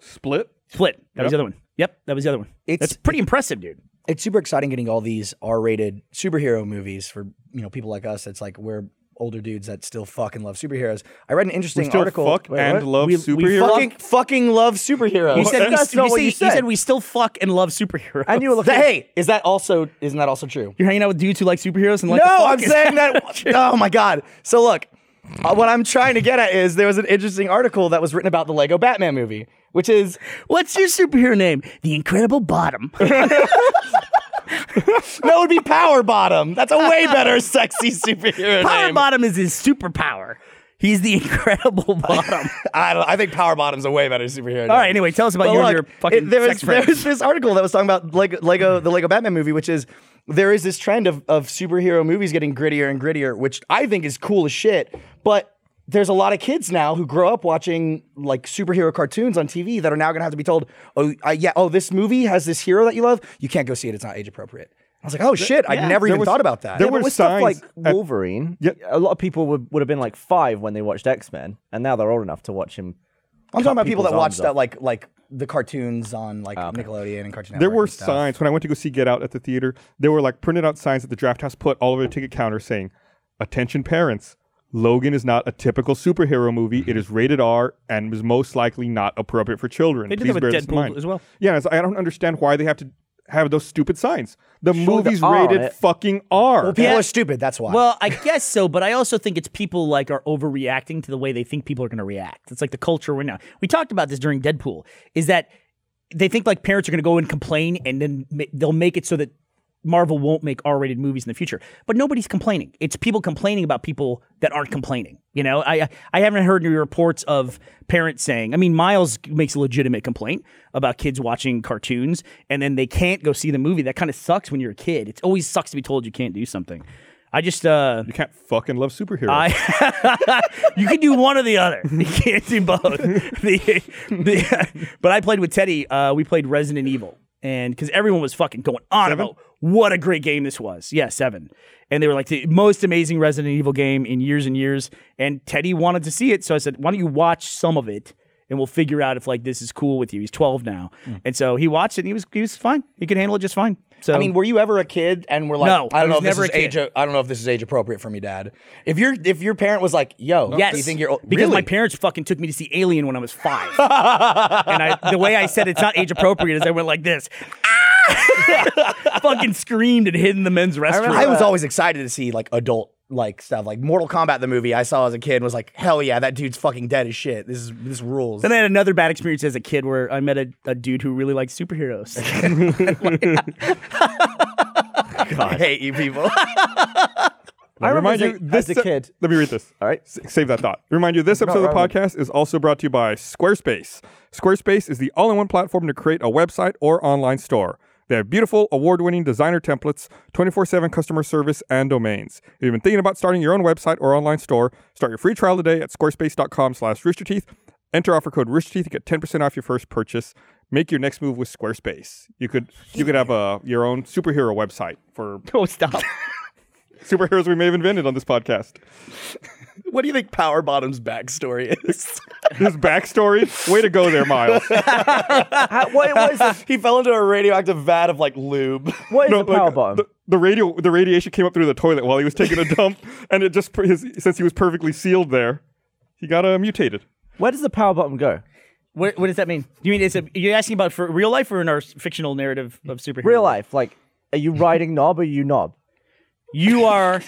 Split? Split. That was the other one. Yep, that was the other one. It's- That's pretty impressive, dude. it's super exciting getting all these R-rated superhero movies for you know people like us. It's like we're older dudes that still fucking love superheroes. I read an interesting Still article. fuck Wait, and what? love We- we superheroes. fucking fucking love superheroes. You said, we, that's you not what say- you you said. said we still fuck and love superheroes. And you were looking hey, is that also isn't that also true? are hanging out with dudes who like superheroes and like. the no, fuck I'm is- saying that. oh my god. So look, uh, what I'm trying to get at is there was an interesting article that was written about the Lego Batman movie, which is What's your superhero name? The Incredible Bottom. that would be Power Bottom. That's a way better sexy superhero Power name. Bottom is his superpower. He's the Incredible Bottom. I, don't, I think Power Bottom's a way better superhero. All name. right. Anyway, tell us about you But and your look, fucking it- there sex was, there friends. was this article that was talking about Lego, Lego the Lego Batman movie, which is there is this trend of, of superhero movies getting grittier and grittier, which I think is cool as shit. But there's a lot of kids now who grow up watching like superhero cartoons on TV that are now gonna have to be told, oh uh, yeah, oh this movie has this hero that you love, you can't go see it, it's not age appropriate. I was like, oh shit, I never There even was- thought about that. there But were with stuff like signs at- Wolverine, Yeah. a lot of people would, would have been like five when they watched X Men, and now they're old enough to watch him. I'm talking about people that people's watch arms that off. like like the cartoons on like Nickelodeon and Cartoon There Network were and stuff. signs when I went to go see Get Out at the theater. There were like printed out signs that the draft house put all over the ticket counter saying, "Attention parents, Logan is not a typical superhero movie. Mm-hmm. It is rated R and is most likely not appropriate for children. They did Please that bear with this in mind. Deadpool as well. Yeah, it's- I don't understand why they have to have those stupid signs. The the movie's R on rated it. fucking R. Well, people Yeah. are stupid. That's why. Well, I guess so, but I also think it's people like are overreacting to the way they think people are going to react. It's like the culture we're now. We talked about this during Deadpool. Is that they think like parents are going to go and complain, and then ma- they'll make it so that Marvel won't make R-rated movies in the future. But nobody's complaining. It's people complaining about people that aren't complaining. You know, I I haven't heard any reports of parents saying. I mean, Miles makes a legitimate complaint about kids watching cartoons, and then they can't go see the movie. That kind of sucks when you're a kid. It always sucks to be told you can't do something. I just uh you can't fucking love superheroes. I you can do one or the other. You can't do both. The- the- but I played with Teddy. Uh, we played Resident Evil, and because everyone was fucking going on Seven? about what a great game this was. Yeah, seven. And they were like the most amazing Resident Evil game in years and years. And Teddy wanted to see it, so I said, "Why don't you watch some of it?" And we'll figure out if like this is cool with you. He's 12 now, Hmm. and so he watched it. and He was he was fine. He could handle it just fine. So I mean, were you ever a kid and were like, No, I don't I know if was this never is a kid. age. I don't know if this is age appropriate for me, Dad. If your if your parent was like, Yo, Yes, do Oh, you think you're old? because really? my parents fucking took me to see Alien when I was five, and I, the way I said it's not age appropriate is I went like this, ah! fucking screamed and hid in the men's restroom. I was always excited to see like adult like stuff like Mortal Kombat the movie I saw as a kid and was like hell yeah that dude's fucking dead as shit this is this rules then I had another bad experience as a kid where I met a, a dude who really liked superheroes. I hate you people I remind you, remember as this uh, a- as a kid. Let me read this. All right. S- Save that thought. Remind you, this episode of the wrong with- podcast is also brought to you by Squarespace. Squarespace is the all in one platform to create a website or online store. They have beautiful, award winning designer templates, 24 7 customer service, and domains. If you've been thinking about starting your own website or online store, start your free trial today at squarespace.com slash roosterteeth. Enter offer code roosterteeth to get 10% off your first purchase. Make your next move with Squarespace. You could you could have a your own superhero website for oh, stop. superheroes we may have invented on this podcast. what do you think Power Bottom's backstory is His backstory? Way to go there, Miles. How, what, what is the, he fell into a radioactive vat of like lube what is No, the power like, bottom? The, the radio, the radiation came up through the toilet while he was taking a dump, and it just his, since he was perfectly sealed there, he got uh, mutated. Where does the power bottom go? What, what does that mean? You mean it's a, you're asking about for real life or in our fictional narrative of superheroes? Real life, like, are you riding knob or you knob? You are,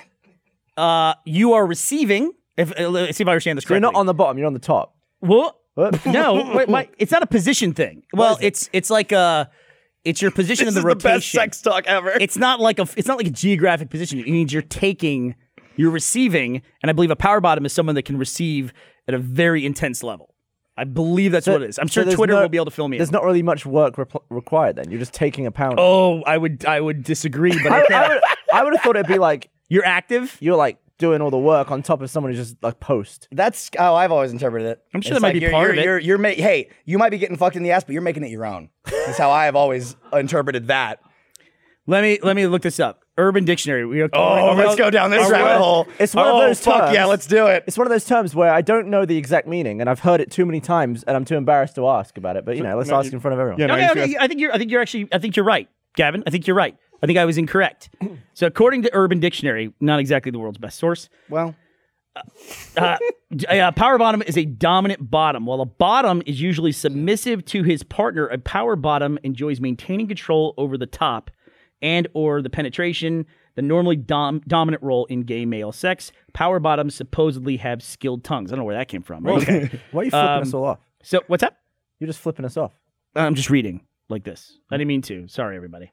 uh, you are receiving. If uh, let's see if I understand this correctly. You're not on the bottom. You're on the top. Well, What? no, wait, why- it's not a position thing. Well, is it? it's it's like a, it's your position in the rotation. talk ever it's not like a, it's not like a geographic position. It means you're taking, you're receiving, and I believe a power bottom is someone that can receive at a very intense level. I believe that's what it is. I'm So sure there's Twitter no- will be able to fill me. in. There's not really much work repl required then. You're just taking a pound. Oh, I would I would disagree, but I I, think I would, I would have thought it'd be like you're active. you're like doing all the work on top of someone who's just like post. that's how I've always interpreted it I'm sure It's that might like be you're, part you're, of it. you're, you're ma- hey you might be getting fucked in the ass but you're making it your own that's how I have always interpreted that Let me let me look this up. Urban Dictionary. We are, Oh, let's go down this Are we- rabbit hole. It's one of oh, those fuck terms. yeah, let's do it. It's one of those terms where I don't know the exact meaning and I've heard it too many times and I'm too embarrassed to ask about it. But you know, let's no, ask you- in front of everyone. Yeah, no, Okay, he's okay, gonna- I think you're. I think you're actually. I think you're right, Gavin. I think you're right. I think I was incorrect. So, according to Urban Dictionary, not exactly the world's best source, Well, uh, a uh, power bottom is a dominant bottom. While a bottom is usually submissive to his partner, a power bottom enjoys maintaining control over the top and or the penetration, the normally dom- dominant role in gay male sex. Power bottoms supposedly have skilled tongues. I don't know where that came from. Okay. Why are you flipping Um, us all off? so, what's up? You're just flipping us off. I'm just reading like this. I didn't mean to. Sorry, everybody.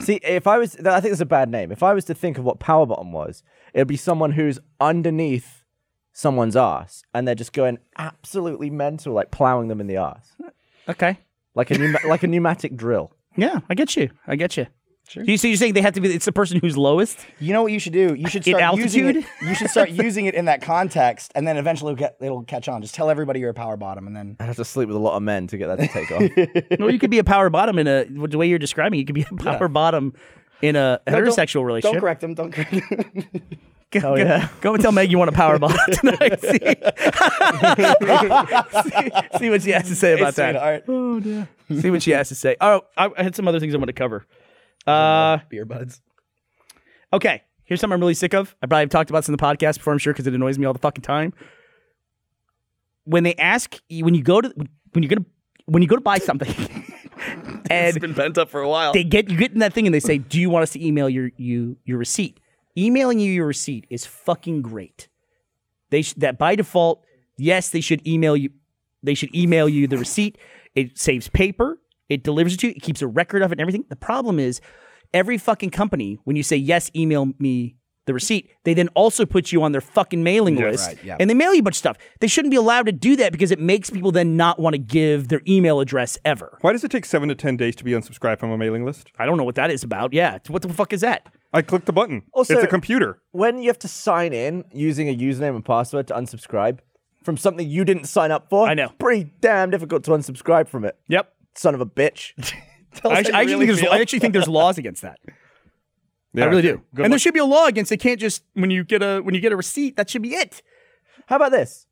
See, if I was, I think it's a bad name. If I was to think of what power bottom was, it'd be someone who's underneath someone's ass and they're just going absolutely mental, like plowing them in the ass, Okay. like a pneuma- like a pneumatic drill. Yeah, I get you. I get you. Sure. You, so you're saying they have to be? It's the person who's lowest. you know what you should do? You should In start using it. altitude? You should start using it in that context, and then eventually it'll, get, it'll catch on. Just tell everybody you're a power bottom, and then I'd have to sleep with a lot of men to get that to take off. or you could be a power bottom in a the way you're describing. You could be a power bottom in a heterosexual don't relationship. correct them. Don't correct them. Go, go- Oh, yeah. go and tell Meg you want a power bottom tonight. see, see, see what she has to say about It's that. sweet. All right. See what she has to say. Oh, I, I had some other things I want to cover. Uh, Beer buds. okay. Here's something I'm really sick of. I probably have talked about this in the podcast before, I'm sure, because it annoys me all the fucking time. When they ask, you- when you go to, when you're gonna, when you go to buy something, and been pent up for a while. they get you get in that thing and they say, "Do you want us to email your you your receipt?" Emailing you your receipt is fucking great. They sh- that by default, yes, they should email you. They should email you the receipt. It saves paper. It delivers it to you. It keeps a record of it and everything. The problem is, every fucking company when you say yes, email me the receipt, they then also put you on their fucking mailing list right, yeah. and they mail you a bunch of stuff. They shouldn't be allowed to do that because it makes people then not want to give their email address ever. Why does it take seven to ten days to be unsubscribed from a mailing list? I don't know what that is about. Yeah, what the fuck is that? I clicked the button. Also- it's a computer. when you have to sign in using a username and password to unsubscribe from something you didn't sign up for, I know. it's pretty damn difficult to unsubscribe from it. Yep. Son of a bitch. I actually, I actually think there's, I actually think there's laws against that. Yeah, I really do. Good and there luck. should be a law against it. Can't just when you get a when you get a receipt, that should be it. How about this?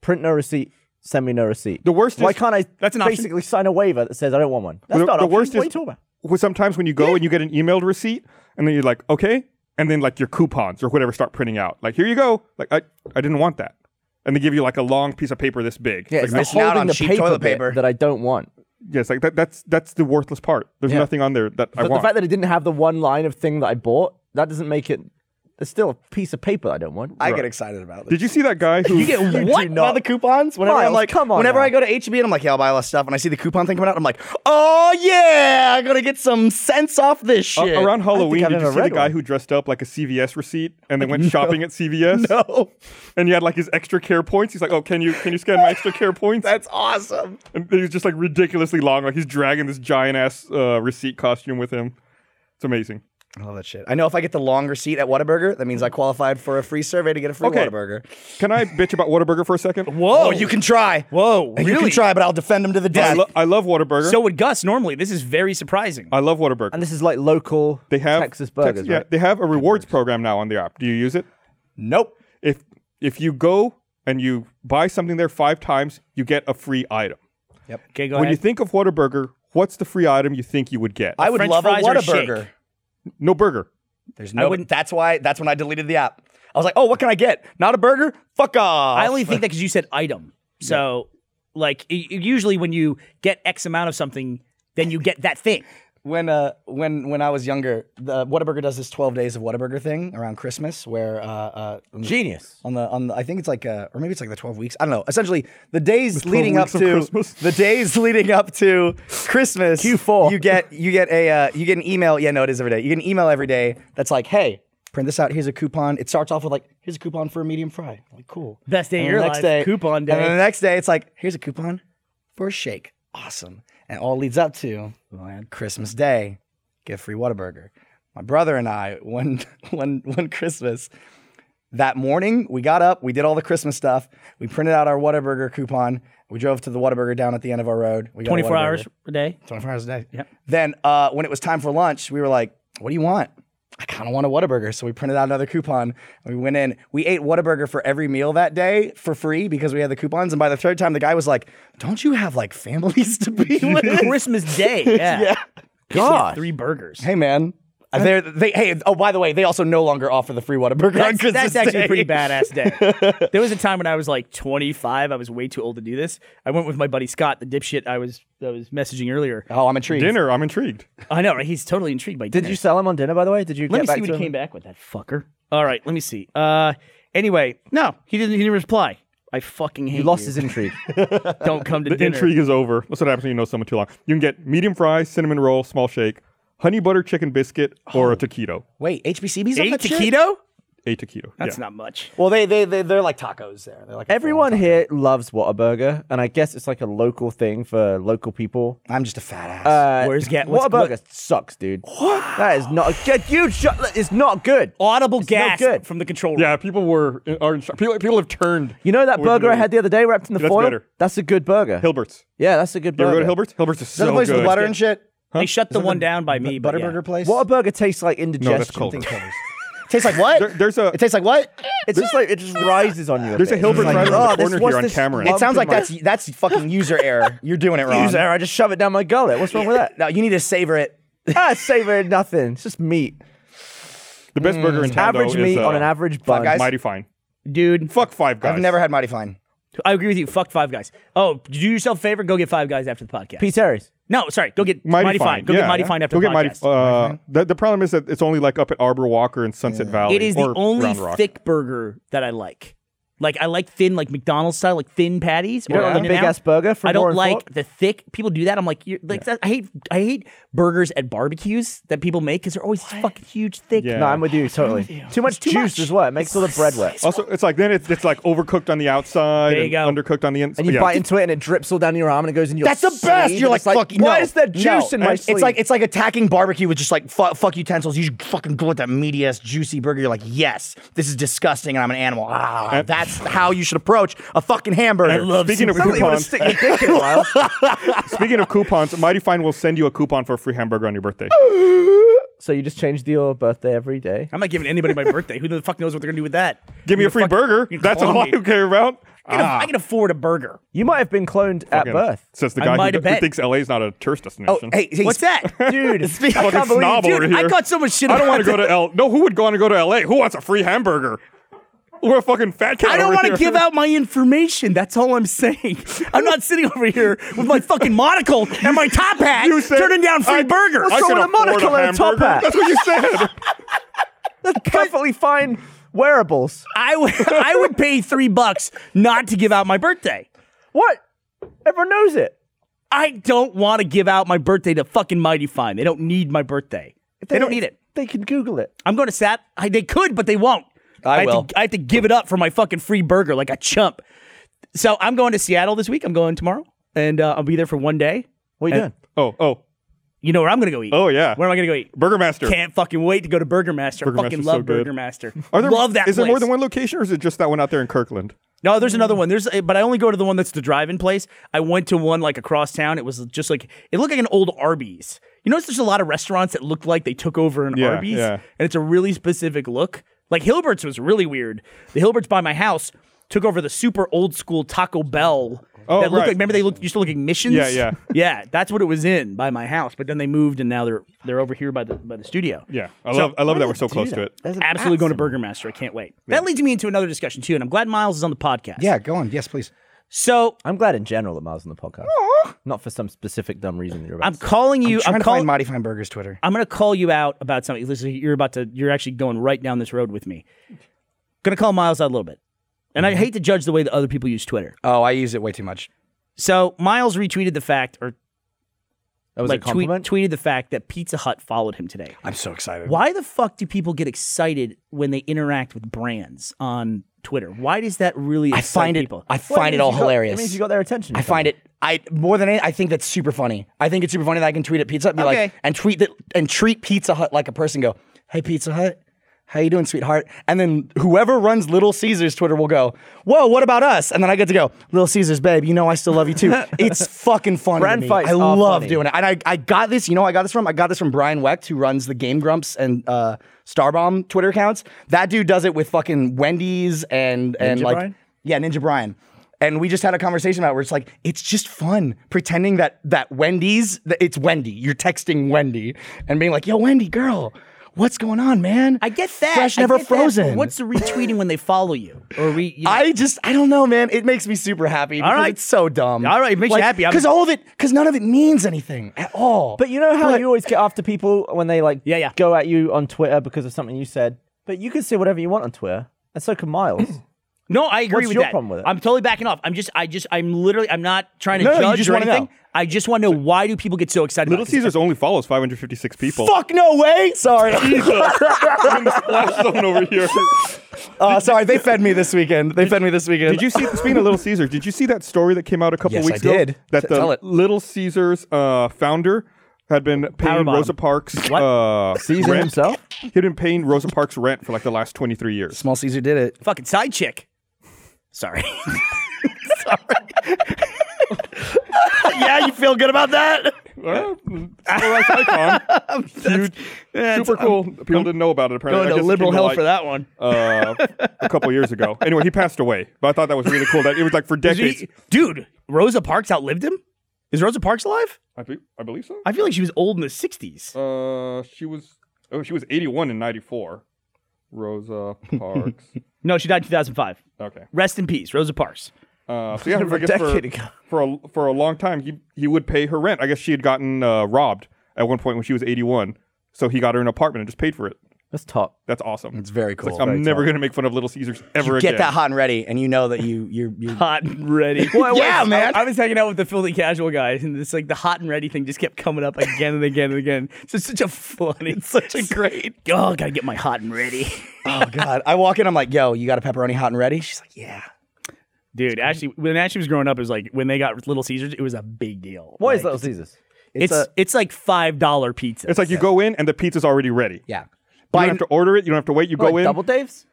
Print no receipt, send me no receipt. The worst Why is- can't I That's an option. basically sign a waiver that says I don't want one? That's the, not an the option. worst What are you is talking about? well, sometimes when you go and you get an emailed receipt, and then you're like, okay, and then like your coupons or whatever start printing out. Like here you go. Like I, I didn't want that, and they give you like a long piece of paper this big. Yeah, Like, it's the missing out holding on the cheap paper toilet bit paper. that I don't want. yes, like that, that's that's the worthless part. There's Yeah. nothing on there that I But the want. fact that it didn't have the one line of thing that I bought, that doesn't make it. It's still a piece of paper I don't want. I get excited about this. Did you see that guy who? What? About the coupons? Whenever I'm Miles, like, come on Whenever now. I go to HB and I'm like, yeah, I'll buy all this stuff, and I see the coupon thing coming out, I'm like, oh yeah, I'm gonna get some cents off this a- Uh, shit. around Halloween, I've did you ever see the read guy one. who dressed up like a CVS receipt and then went shopping at CVS? No. And he had like his extra care points. He's like, "Oh, can you can you scan my extra care points?" That's awesome. And he's just like ridiculously long, like he's dragging this giant ass uh, receipt costume with him. It's amazing. I love that shit. I know if I get the long receipt at Whataburger, that means I qualified for a free survey to get a free Okay. Whataburger. Can I bitch about Whataburger for a second? Oh, you can try. Whoa, You can really? try, but I'll defend him to the I, death. lo- I love Whataburger. So would Gus normally. This is very surprising. I love Whataburger. And this is like local they have Texas burgers, Tex- yeah, right? they have a rewards program now on the app. Do you use it? nope. If if you go and you buy something there five times, you get a free item. Okay, go when ahead. you think of Whataburger, what's the free item you think you would get? I would French love a fries or shake? Whataburger. no burger. There's I no. wouldn't- That's why. That's when I deleted the app. I was like, oh, what can I get? Not a burger? Fuck off. I only think that because you said item. So, like, y- y- usually when you get X amount of something, then you get that thing. when uh when when I was younger, the Whataburger does this 12 days of Whataburger thing around Christmas, where uh, uh on the- Genius. on the on the I think it's like uh or maybe it's like the 12 weeks. I don't know. Essentially, the days 12 leading up weeks of to Christmas. the days leading up to Christmas. Q4. You get you get a uh, you get an email. Yeah, no, it is every day. You get an email every day that's like, hey. Print this out. Here's a coupon. It starts off with like, here's a coupon for a medium fry. Like, cool. Best day of And your the next life, Day, coupon And day. then the next day, it's like, here's a coupon for a shake. Awesome. And it all leads up to Christmas Day, get a free Whataburger. My brother and I, one, one, one Christmas, that morning, we got up, we did all the Christmas stuff, we printed out our Whataburger coupon, we drove to the Whataburger down at the end of our road. We got a 24 Whataburger. hours a day. 24 hours a day. Yep. Then uh, when it was time for lunch, we were like, what do you want? I kind of want a Whataburger. So we printed out another coupon and we went in. We ate Whataburger for every meal that day for free because we had the coupons. And by the third time, the guy was like, don't you have like families to be with? Christmas day. Yeah. yeah. God. Three burgers. hey, man. Uh, They're, they hey oh by the way they also no longer offer the free Whataburger on That's, Christmas that's actually Day. a pretty badass day. there was a time when I was like 25. I was way too old to do this. I went with my buddy Scott, the dipshit I was I was messaging earlier. oh I'm intrigued Dinner, I'm intrigued. I know, right? He's totally intrigued by. Did you sell him on dinner, by the way? Did you Let get me back see what to he him? came back with. That fucker. All right, let me see. Uh, anyway, no, he didn't. He didn't reply. I fucking hate He lost you. his intrigue. Don't come to The dinner. intrigue is over. That's what happens when you know someone too long. You can get medium fries, cinnamon roll, small shake, honey butter chicken biscuit, or a taquito. wait HBCB's on Eight that shit? taquito? A taquito. That's yeah. not much. well they they they they're like tacos there they're like a full-on Everyone taco. here loves Whataburger, and I guess it's like a local thing for local people. I'm just a fat ass Uh, Where's Ga- what's- Whataburger sucks, dude. What? That is not good. Dude, shut, it's not good. Audible not gas good. from the control room. Yeah, people were are in shock. People, people have turned. You know that Where's burger I the- had the other day wrapped in the That's foil? better. That's a good burger. Hilbert's. yeah, that's a good You ever burger. go to Hilbert's? Hilbert's is is that so the place good. with butter and shit They shut the one down by me. but yeah. Butterburger place What a burger tastes like indigestion. No, that's Culver's. tastes like what There- there's a It tastes like what? It's just like it just rises on you. there's a bit. It's Hilbert's right oh, around this- the corner what's here on this Cameron. It lump sounds in like my- that's that's fucking user error. You're doing it wrong. Use there, I just shove it down my gullet. What's wrong with that? No, you need to savor it. ah, savor nothing. It's just meat. The best burger in town, average though, meat is, uh, on an average bun. Guys. Mighty Fine. Dude, Fuck Five Guys. I've never had Mighty Fine. I agree with you. Fuck Five Guys. Oh, do yourself a favor. Go get Five Guys after the podcast. Pete Terry's. No, sorry. Go get Mighty, Fine. Go yeah, get Mighty yeah. Fine after Go the get Mighty- podcast. uh, the, the problem is that it's only like up at Arbor Walker and Sunset Valley. it is or the only Round Rock. thick burger that I like. Like I like thin, like McDonald's style, like thin patties. You don't or like the In-N-Out. big-ass burger from I don't Warren like Fork? the thick. People do that. I'm like, you're, like that, I hate, I hate burgers at barbecues that people make because they're always fucking huge, thick. Yeah. No, I'm with you totally. Too much too much. juice as well. It makes all the bread wet. Also, it's like then it's, it's like overcooked on the outside, There you and go. undercooked on the inside. And you yeah. bite into it and it drips all down your arm and it goes in your. That's the sleeve best. You're and like, it's fucking. Why no, is there no." juice in my And sleeve? It's like it's like attacking barbecue with just like fu- fuck utensils. You should fucking go with that meaty ass juicy burger. You're like, yes, this is disgusting, and I'm an animal. Ah, And- that's how you should approach a fucking hamburger. And speaking of Sounds like you want to coupons, stick your dick in a while. speaking of coupons, Mighty Fine will send you a coupon for a free hamburger on your birthday. So you just change your birthday every day. I'm not giving anybody my birthday. Who the fuck knows what they're gonna do with that? Give me a free fuck- burger. you That's clone all me. I care about. I can, Ah. I can afford a burger. You might have been cloned at Fucking- birth. Says the I guy might who, have who bet. thinks LA is not a oh, tourist destination. hey, hey, What's that, dude? Fucking snob dude, over here. I got so much shit. I don't about want to go that. to L. No, who would want to go to LA? Who wants a free hamburger? We're a fucking fat cat. I don't want want to give out my information. That's all I'm saying. I'm not sitting over here with my fucking monocle and my top hat, You said- turning down free I- burgers. I So can with a afford monocle and a top hamburger. hat. That's what you said. Perfectly fine wearables. I would I would pay three bucks not to give out my birthday. What? Everyone knows it. I don't want to give out my birthday to fucking Mighty Fine. They don't need my birthday. They don't need it. They can Google it. I'm going to SAP. I, they could, but they won't. I have to- will. I have to give it up for my fucking free burger like a chump. So I'm going to Seattle this week. I'm going tomorrow, and uh, I'll be there for one day. What are you doing? Oh, oh, You know where I'm going to go eat? oh, yeah. Where am I going to go eat? Burger Master. Can't fucking wait to go to Burger Master. Burger fucking Master's love so good. Burger Master. Are there, love that. Is there place. more than one location, or is it just that one out there in Kirkland? No, there's another one. There's, but I only go to the one that's the drive-in place. I went to one like across town. It was just like it looked like an old Arby's. You notice there's a lot of restaurants that look like they took over an Yeah, Arby's, yeah. and it's a really specific look. Like Hilbert's was really weird. The Hilbert's by my house took over the super old school Taco Bell. Oh, that looked right. like remember they looked used to look like missions. Yeah, yeah. yeah. That's what it was in by my house. But then they moved, and now they're they're over here by the by the studio. Yeah, I So- love, I love that we're so close to it. There's an Absolutely going to accent. Burger Master. I can't wait. That leads me into another discussion too, and I'm glad Miles is on the podcast. yeah, go on. Yes, please. So I'm glad in general that Miles is on the podcast. Not for some specific dumb reason that you're about I'm to say. calling you. Trying I'm, to call, find Mighty Fine Burger's Twitter. I'm going to call you out about something. Listen, you're about to. You're actually going right down this road with me. Going to call Miles out a little bit, and I hate to judge the way that other people use Twitter. Mm-hmm. Oh, I use it way too much. So Miles retweeted the fact, or That was like a tweet, compliment. tweeted the fact that Pizza Hut followed him today. I'm so excited. Why the fuck do people get excited when they interact with brands on Twitter? Why does that really? I excite find it. people? I Well, find means it all you got- hilarious. It means you got their attention. I find it. I more than any, I think that's super funny. I think it's super funny that I can tweet at Pizza Hut, and be Okay. like, and tweet that, and treat Pizza Hut like a person. Go, hey Pizza Hut, how you doing, sweetheart? And then whoever runs Little Caesars Twitter will go, whoa, what about us? And then I get to go, Little Caesars, babe, you know I still love you too. it's fucking funny. to Brand me. fights I are love funny. doing it, and I, I got this. You know, I got this from I got this from Brian Wecht, who runs the Game Grumps and uh, Starbomb Twitter accounts. That dude does it with fucking Wendy's and and Ninja like. Brian? Yeah, Ninja Brian. And we just had a conversation about it where it's like it's just fun pretending that that Wendy's that it's Wendy. You're texting Wendy and being like, "Yo, Wendy, girl, what's going on, man? I get that. Fresh, I never get that, but frozen. What's the retweeting when they follow you or re? You know- I just I don't know, man. It makes me super happy. All right. it's so dumb. All right, it makes you happy. I'm- because all of it, because none of it means anything at all. But you know how you always get after people when they like Yeah, yeah. go at you on Twitter because of something you said. But you can say whatever you want on Twitter, and so can Miles. No, I agree What's with your that. problem with it? I'm totally backing off. I'm just, I just, I'm literally, I'm not trying to No, no, you judge just or wanna anything. know. I just want to know why do people get so excited? Little about this? Caesars only follows 556 people. fuck no way. Sorry, I'm in the splash zone over here. uh, sorry. They fed me this weekend. They fed me this weekend. Did you see? Speaking of Little Caesars, did you see that story that came out a couple Yes, weeks I ago? did. That T- tell the it. Little Caesars uh, founder had been paying Powerbomb. Rosa Parks What? uh, Caesar rent. himself. He'd been paying Rosa Parks rent for like the last 23 years. Small Caesar did it. fucking side chick. Sorry. yeah, you feel good about that? Well, that's icon. Huge, super cool. People didn't know about it apparently. Going I to guess it liberal came hell light, for that one. Uh, a couple years ago. Anyway, he passed away, but I thought that was really cool. That it was like for Is he- decades. dude, Rosa Parks outlived him. Is Rosa Parks alive? I, be, I believe so. I feel like she was old in the '60s. Uh, she was. Oh, she was 81 in 94. Rosa Parks. No, she died in 2005. okay. Rest in peace, Rosa Parks. Uh, so yeah, I a guess for, decade ago. for a, for a long time, he he would pay her rent. I guess she had gotten uh, robbed at one point when she was 81, so he got her an apartment and just paid for it. That's top. That's awesome. It's very cool. Like, I'm never gonna make fun of Little Caesars ever You again. get that hot and ready, and you know that you you you. Hot and ready. Yeah, was- man. I, I was hanging out with the filthy casual guys, and it's like the hot and ready thing just kept coming up again and again and again. It's just such a funny, it's such a great. Oh, gotta get my hot and ready, oh God! I walk in, I'm like, "Yo, you got a pepperoni hot and ready?" She's like, "Yeah." dude. Ashley, when Ashley was growing up, it was like when they got Little Caesars, it was a big deal. What is like, Little Caesars? It's it's, like five dollar pizza. It's like you go in and the pizza's already ready. Yeah. You don't have to order it. You don't have to wait. You go like in. Double Dave's?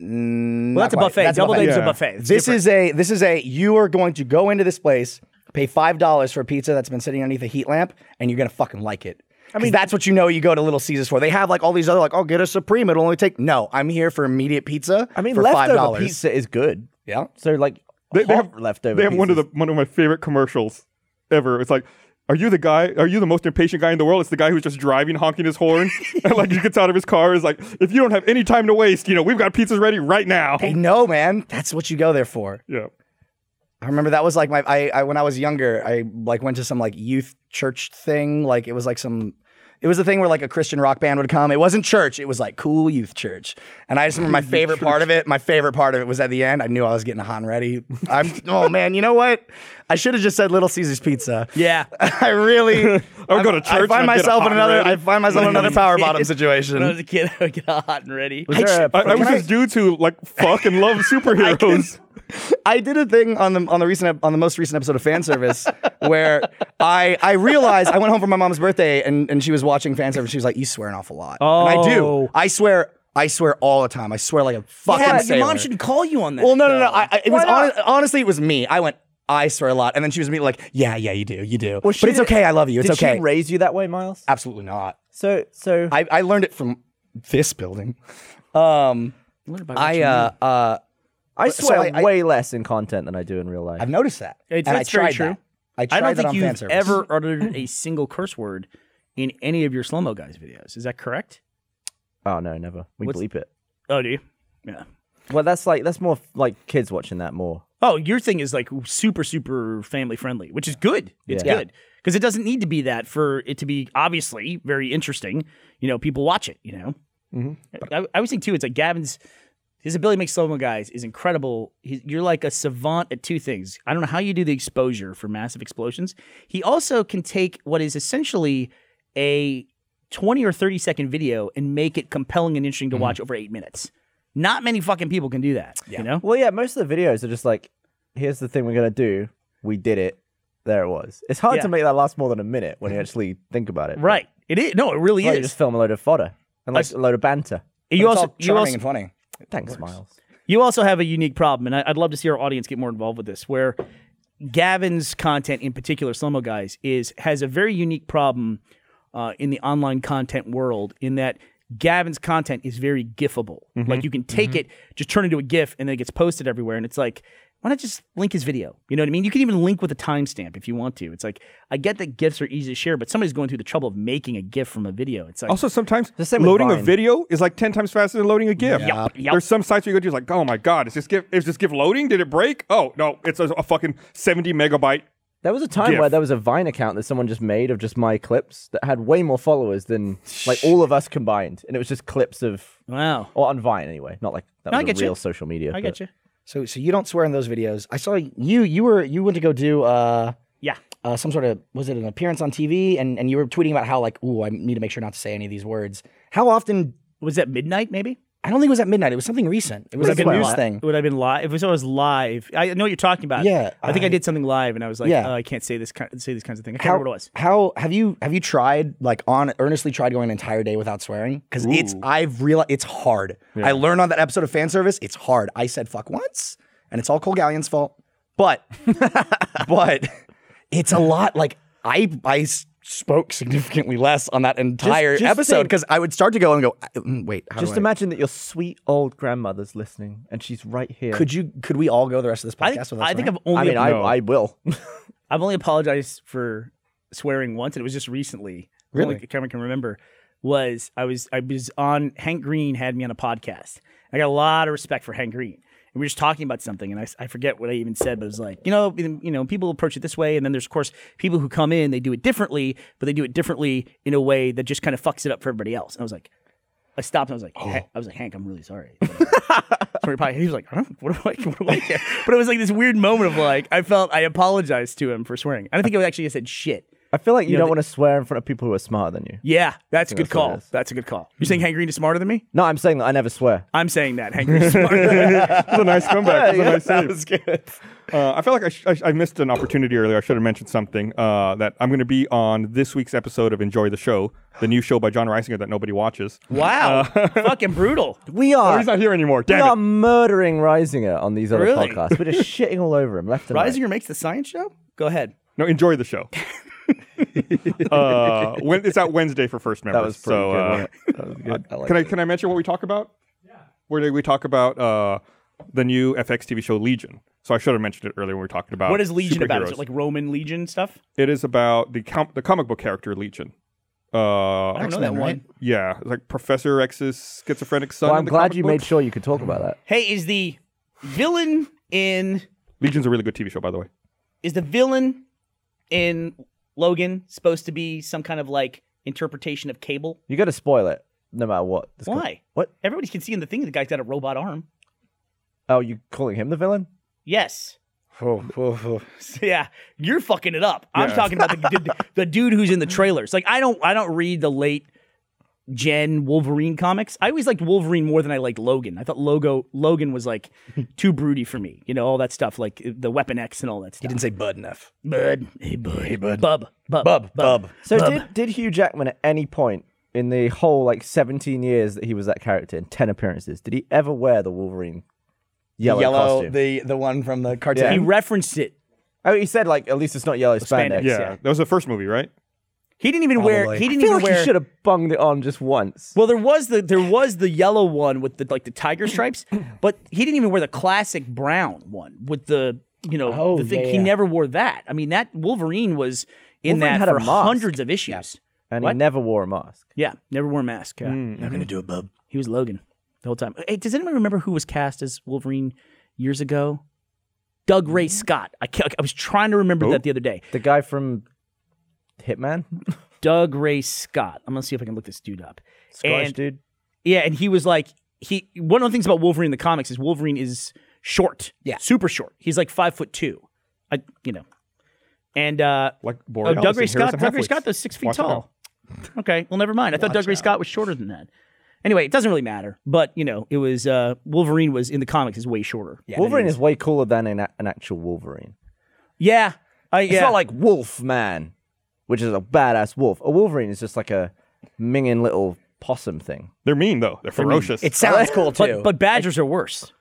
well, that's a buffet. Double Dave's Yeah. a buffet. It's This different. is a this is a you are going to go into this place, pay five dollars for a pizza that's been sitting underneath a heat lamp, and you're gonna fucking like it. I mean, that's what you know. You go to Little Caesars for. They have like all these other like, oh, get a supreme. It'll only take. No, I'm here for immediate pizza. I mean, for five leftover dollars. pizza is good. Yeah. So like, They, they hot have leftover. They have one of the pizzas. one of my favorite commercials ever. It's like, are you the guy? Are you the most impatient guy in the world? It's the guy who's just driving, honking his horn, and like he gets out of his car. Is like, if you don't have any time to waste, you know we've got pizzas ready right now. They know, man. That's what you go there for. Yeah. I remember that was like my I, I when I was younger, I like went to some like youth church thing. Like it was like some it was a thing where like a Christian rock band would come. It wasn't church, it was like cool youth church. And I just remember my favorite part of it, my favorite part of it was at the end. I knew I was getting hot and ready. I'm oh man, you know what? I should have just said Little Caesars pizza. yeah. I really I would go to church I and I'd find get a myself hot in and another ready. uh, I find myself in another power bottom When I situation. was a kid, I would get hot and ready. Was there a- I, I was just dudes who like fuck and love superheroes. I did a thing on the on the recent ep- on the most recent episode of fan service where I I realized I went home for my mom's birthday and, and she was watching fan service. She was like, "You swear an awful lot," and I do. Oh. I swear, I swear all the time. I swear like a fucking yeah, your sailor. mom shouldn't call you on that. well, no, no, no. though. I, I, it was not? hon- honestly, it was me. I went. I swear a lot, and then she was me like, "Yeah, yeah, you do, you do." Well, she but it's did- okay. I love you. It's Did okay. she raise you that way, Miles? Absolutely not. So so I, I learned it from this building. Um, What about I you? uh, uh, I so swear I- I- way less in content than I do in real life. I've noticed that, It's- and that's I tried very true. that. I tried I don't that think on fan you've service. ever uttered a single curse word in any of your slow mo guys videos. Is that correct? oh no, never. We What's- bleep it. Oh, do you? Yeah. Well, that's like that's more f- like kids watching that more. Oh, your thing is like super, super family friendly, which is good. It's Yeah. good because it doesn't need to be that for it to be obviously very interesting. You know, people watch it. You know, mm-hmm. I, I always think too. It's like Gavin's his ability to make slow mo guys is incredible. He's, you're like a savant at two things. I don't know how you do the exposure for massive explosions. He also can take what is essentially a 20 or 30 second video and make it compelling and interesting to watch over eight minutes. Not many fucking people can do that. You know. Well, Mm-hmm. yeah, most of the videos are just like, here's the thing we're gonna do. We did it. There it was. It's hard Yeah. to make that last more than a minute when you actually think about it. but- Right. It is. No, it really Well, you is. just film a load of fodder and like s- a load of banter. But you it's also all you charming also and funny. Thanks, Miles. you also have a unique problem, and I, I'd love to see our audience get more involved with this. Where Gavin's content, in particular, Slomo Guys, is has a very unique problem uh, in the online content world in that. Gavin's content is very gifable. Like you can take it, just turn it into a GIF, and then it gets posted everywhere. And it's like, why not just link his video? You know what I mean? You can even link with a timestamp if you want to. It's like, I get that GIFs are easy to share, but somebody's going through the trouble of making a GIF from a video. It's like, Also, sometimes The same with loading a Vine. video is like ten times faster than loading a GIF. Yeah. Yup, yup. There's some sites where you go to, it's like, oh my god, is this GIF? Is this GIF loading? Did it break? Oh no, it's a, a fucking seventy megabyte. There was a time Gif. where there was a Vine account that someone just made of just my clips that had way more followers than like all of us combined, and it was just clips of wow. or on Vine anyway, not like that No, I was a get you. real social media. I but- get you. So, so you don't swear in those videos. I saw you. You were you went to go do uh, Yeah. uh, some sort of was it an appearance on TV? And and you were tweeting about how like, ooh, I need to make sure not to say any of these words. How often? Was that midnight, maybe? I don't think it was at midnight. It was something recent. It was Would like it a be news live? thing. It would have been live. If it was always live, I know what you're talking about. Yeah, I think I, I- did something live, and I was like, Yeah. oh, I can't say this kind, say these kinds of things. I can't How, remember what it was. how have you have you tried like on earnestly tried going an entire day without swearing? Because it's I've realized it's hard. I learned on that episode of fan service. It's hard. I said fuck once, and it's all Cole Gallian's fault. But but it's a lot. Like I I s- spoke significantly less on that entire just episode think- because I would start to go and go. "I- mm, Wait, how Just do I, imagine that your sweet old grandmother's listening, and she's right here. could you could we all go the rest of this I podcast think, without I think swearing? I've only I mean, I, No. I will. I've only apologized for swearing once, and it was just recently. The only Really? Cameron can remember was I was I was on Hank Green had me on a podcast. I got a lot of respect for Hank Green. And we were just talking about something, and I, s- I forget what I even said, but it was like, you know, you you know, people approach it this way, and then there's of course people who come in, they do it differently, but they do it differently in a way that just kind of fucks it up for everybody else. And I was like, I stopped and I was like, "Han- I was like, Hank, I'm really sorry. Sorry, probably- he was like, huh? what do I, what do I care? But it was like this weird moment of like, I felt I apologized to him for swearing. I don't think it was actually I said shit. I feel like you, know, don't the- want to swear in front of people who are smarter than you. Yeah, that's a good that's what it call. is. Hmm. That's a good call. You're saying Hank Green is smarter than me? No, I'm saying that I never swear. I'm saying that Hank Green is smarter. than me. That's a nice comeback. That's a nice save. good. Uh, I felt like I, sh- I, sh- I missed an opportunity earlier. I should have mentioned something uh, that I'm going to be on this week's episode of Enjoy the Show, the new show by John Reisinger that nobody watches. Wow, Uh, fucking brutal. We Oh, are. he's not here anymore. we are Damn it. murdering Reisinger on these other Really? podcasts. We're just shitting all over him left and right. Reisinger makes the science show. Go ahead. No, enjoy the show. uh, when, it's out Wednesday for first members. That was pretty so, good. uh, wasn't it? that was good. I, like can I can I mention what we talk about? Where did we talk about uh, the new FX TV show Legion? So I should have mentioned it earlier when we were talking Oh, about What is Legion about? Is superheroes. it like Roman Legion stuff? it is about the com- the comic book character Legion. Uh, I don't know that X-Men, one. right? Yeah, like Professor X's schizophrenic son. well, in I'm the glad comic you book. made sure you could talk about that. Hey, is the villain in Legion's a really good TV show, by the way. is the villain in Logan supposed to be some kind of like interpretation of Cable? You got to spoil it, no matter what. It's cool. Why? What? Everybody can see in the thing the guy's got a robot arm. Oh, you calling him the villain? Yes. Oh, oh, oh. So, yeah, you're fucking it up. I'm Yeah. talking about the, the, the dude who's in the trailers. Like I don't I don't read the late gen Wolverine comics. I always liked Wolverine more than I liked Logan. I thought Logo Logan was like too broody for me. You know all that stuff like the Weapon X and all that He stuff. didn't say bud enough. Bud, hey bud, hey bud. bub, bub, Bub, bub. So Bub. did did Hugh Jackman at any point in the whole like 17 years that he was that character in 10 appearances, did he ever wear the Wolverine yellow, costume? the the one from the cartoon. He referenced it. Oh, he said like at least it's not yellow spandex. Spandex, Yeah, yeah. that was the first movie, right? He didn't even wear. Probably. He I didn't feel even like wear. he should have bunged it on just once. Well, there was the there was the yellow one with the like the tiger stripes, but he didn't even wear the classic brown one with the you know Oh, the thing. yeah, He yeah. never wore that. I mean, that Wolverine was in that Wolverine had a for mask. hundreds of issues. and what? he never wore a mask. Yeah, never wore a mask. Yeah. Not Mm, gonna do it, bub. He was Logan the whole time. Hey, does anyone remember who was cast as Wolverine years ago? Doug Ray Scott. I ca- I was trying to remember Who? that the other day. The guy from Hitman, Doug Ray Scott. I'm gonna see if I can look this dude up. Scottish And- dude. Yeah, and he was like he one of the things about Wolverine in the comics is Wolverine is short. Yeah. Super short. He's like five foot two. I you know. And uh Like oh, Borealis Doug Ray and Harrison Scott. Doug Ray Halfway. Scott is six feet Watch it tall. Okay. Well never mind. I thought Doug Ray Scott was shorter than that. Anyway, it doesn't really matter. But you know, it was uh Wolverine was in the comics is way shorter. Yeah. Wolverine is way cooler than an, a- an actual Wolverine. Yeah. I It's yeah. not like Wolf Man, which is a badass wolf. A Wolverine is just like a minging little possum thing. They're mean though. They're ferocious. It sounds cool too. but but badgers are worse.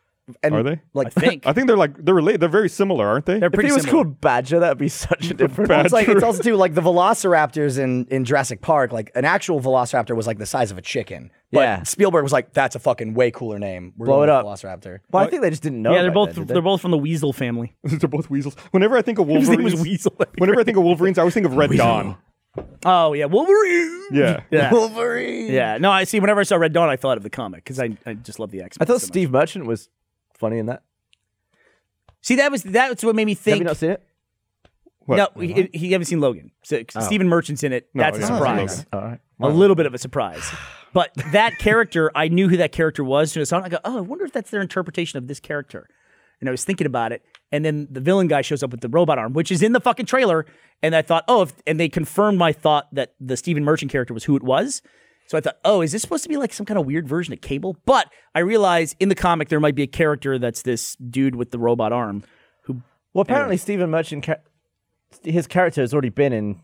And Are they? Like I think. I think they're like they're related. They're very similar, aren't they? They're if pretty it was similar. called Badger, that'd be such a different. it's like Badger. it's also too like the Velociraptors in in Jurassic Park. Like an actual Velociraptor was like the size of a chicken. But Yeah. Spielberg was like, "That's a fucking way cooler name. We're Blow going it with up. Velociraptor." Well, I think they just didn't know. Yeah, they're back both then, did they're both from the Weasel family. they're both weasels. Whenever I think of His Wolverines, name was Weasel. whenever I think of Wolverines, I always think of Red Dawn. Oh yeah, Wolverine. Yeah. Yeah. Wolverine. Yeah, no, I see. Whenever I saw Red Dawn, I thought of the comic because I, I just love the X I Men. thought Steve Merchant was funny in that. See, that was that's what made me Have you think. not seen it? What? Oh. no, he, he haven't seen Logan. So Stephen Merchant's in it. No, that's a yeah, I haven't seen surprise. Oh. All right. A little bit of a surprise. But that character, I knew who that character was. So I saw it, I go, oh, I wonder if that's their interpretation of this character. And I was thinking about it, and then the villain guy shows up with the robot arm, which is in the fucking trailer. And I thought, oh, if, and they confirmed my thought that the Stephen Merchant character was who it was. So I thought, oh, is this supposed to be like some kind of weird version of Cable? But I realize in the comic there might be a character that's this dude with the robot arm. Well, apparently Stephen Merchant, cha- his character has already been in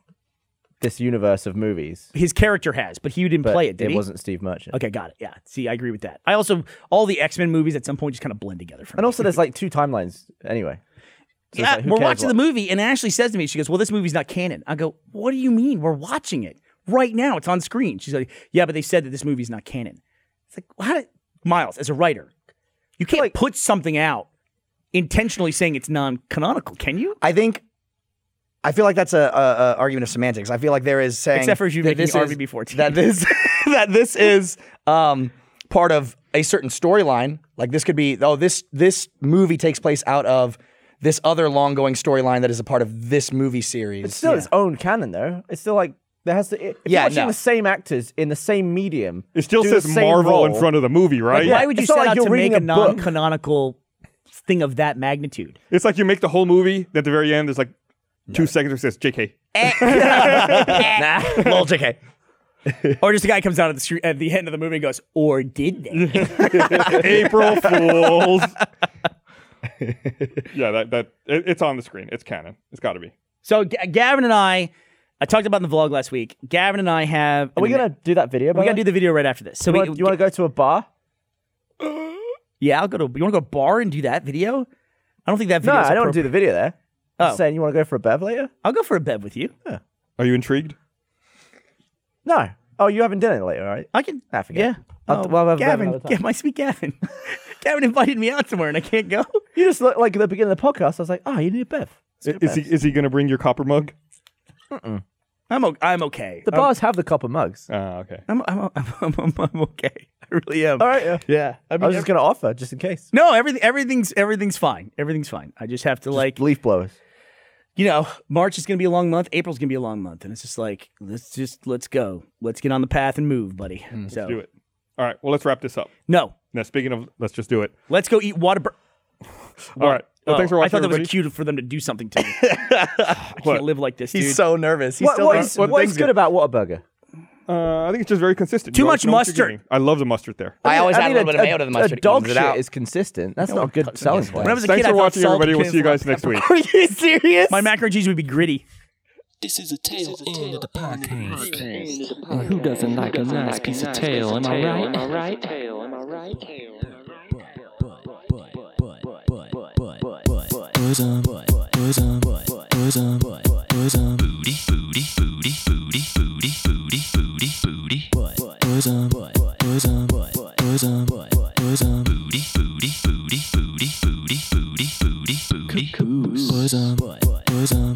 this universe of movies. His character has, but he didn't but play it, did it he? wasn't Steve Merchant. Okay, got it. Yeah. See, I agree with that. I also all the X Men movies at some point just kind of blend together for me. And also, there's like two timelines anyway. So it's yeah, like, who we're cares watching what- the movie, and Ashley says to me, she goes, "Well, this movie's not canon." I go, "What do you mean? We're watching it right now. It's on screen." She's like, "Yeah, but they said that this movie's not canon." It's like, well, how did Miles, as a writer, you can't put something out intentionally saying it's non-canonical, can you? I think. I feel like that's a, a, a argument of semantics. I feel like there is saying Except for you that making this is- RVB14. that this that this is um, part of a certain storyline. Like this could be oh this this movie takes place out of this other long going storyline that is a part of this movie series. It's still its own canon, though. It's still like there has to. If Yeah, you're watching no. the same actors in the same medium, It still do the says same Marvel in role, front of the movie, right? Why would you It's not set like out you're to reading make a a book. non-canonical thing of that magnitude? It's like you make the whole movie. At the very end, there's like two seconds where it says J.K. nah, lol, JK. Or just a guy comes out at the street at the end of the movie and goes, "Or did they?" April Fools. yeah, that that it, it's on the screen. It's canon. It's got to be. so G- Gavin and I, I talked about in the vlog last week. Gavin and I have. are we gonna do that video? We gotta do the video right after this. So You we, want, you want to go to a bar? yeah, I'll go to. You want to go to a bar and do that video? I don't think that No, video. I don't do the video there. I'm just Oh. saying you want to go for a bev later? I'll go for a bed with you. Are you intrigued? No. Oh, you haven't done it later, right? I can. I Yeah. forget. I'll- we'll have a bev Gavin, another time. yeah, my sweet Gavin. Gavin invited me out somewhere and I can't go. You just look like at the beginning of the podcast. I was like, oh, you need a bev. Let's I- get a Is he bev. is he gonna bring your copper mug? I'm o- I'm okay. the bars have the copper mugs. Ah, okay. I'm I'm I'm, I'm, I'm, I'm okay. I really am. All right. Yeah. Yeah. I, mean, I was just gonna offer just in case. no, everything everything's everything's fine. Everything's fine. I just have to like Leaf blowers. you know, March is gonna be a long month. April's gonna be a long month, and it's just like let's just let's go. Let's get on the path and move, buddy. so Mm, Do it. All right. Well, let's wrap this up. no, Now, speaking of, let's just do it. let's go eat water. oh, All right. Well, Oh, thanks for watching. I thought that everybody. was cute for them to do something to me. I What? can't live like this, dude. He's so nervous. He's What, still what nervous. is, what what things is good get- about Whataburger? Uh, I think it's just very consistent. Too You always much know what you're mustard. getting. I love the mustard there. I always mean, add a little bit of mayo to the mustard. A dog evens it shit out. is consistent. That's not a good selling when I point. was a Thanks kid, for I thought watching, salt everybody. We'll couldn't see you fill guys up next week. Are you serious? My macaroni and cheese would be gritty. This is a tale end of the podcast. Now, who doesn't like a nice piece of tail? Am I right? Am I right? Am I right? Bosom, bosom, bosom, bosom. Booty, booty, booty, booty, booty, booty, booty, booty. Bosom, bosom, bosom, bosom. Booty, booty, booty, booty, booty, booty, booty, booty. Bosom, bosom.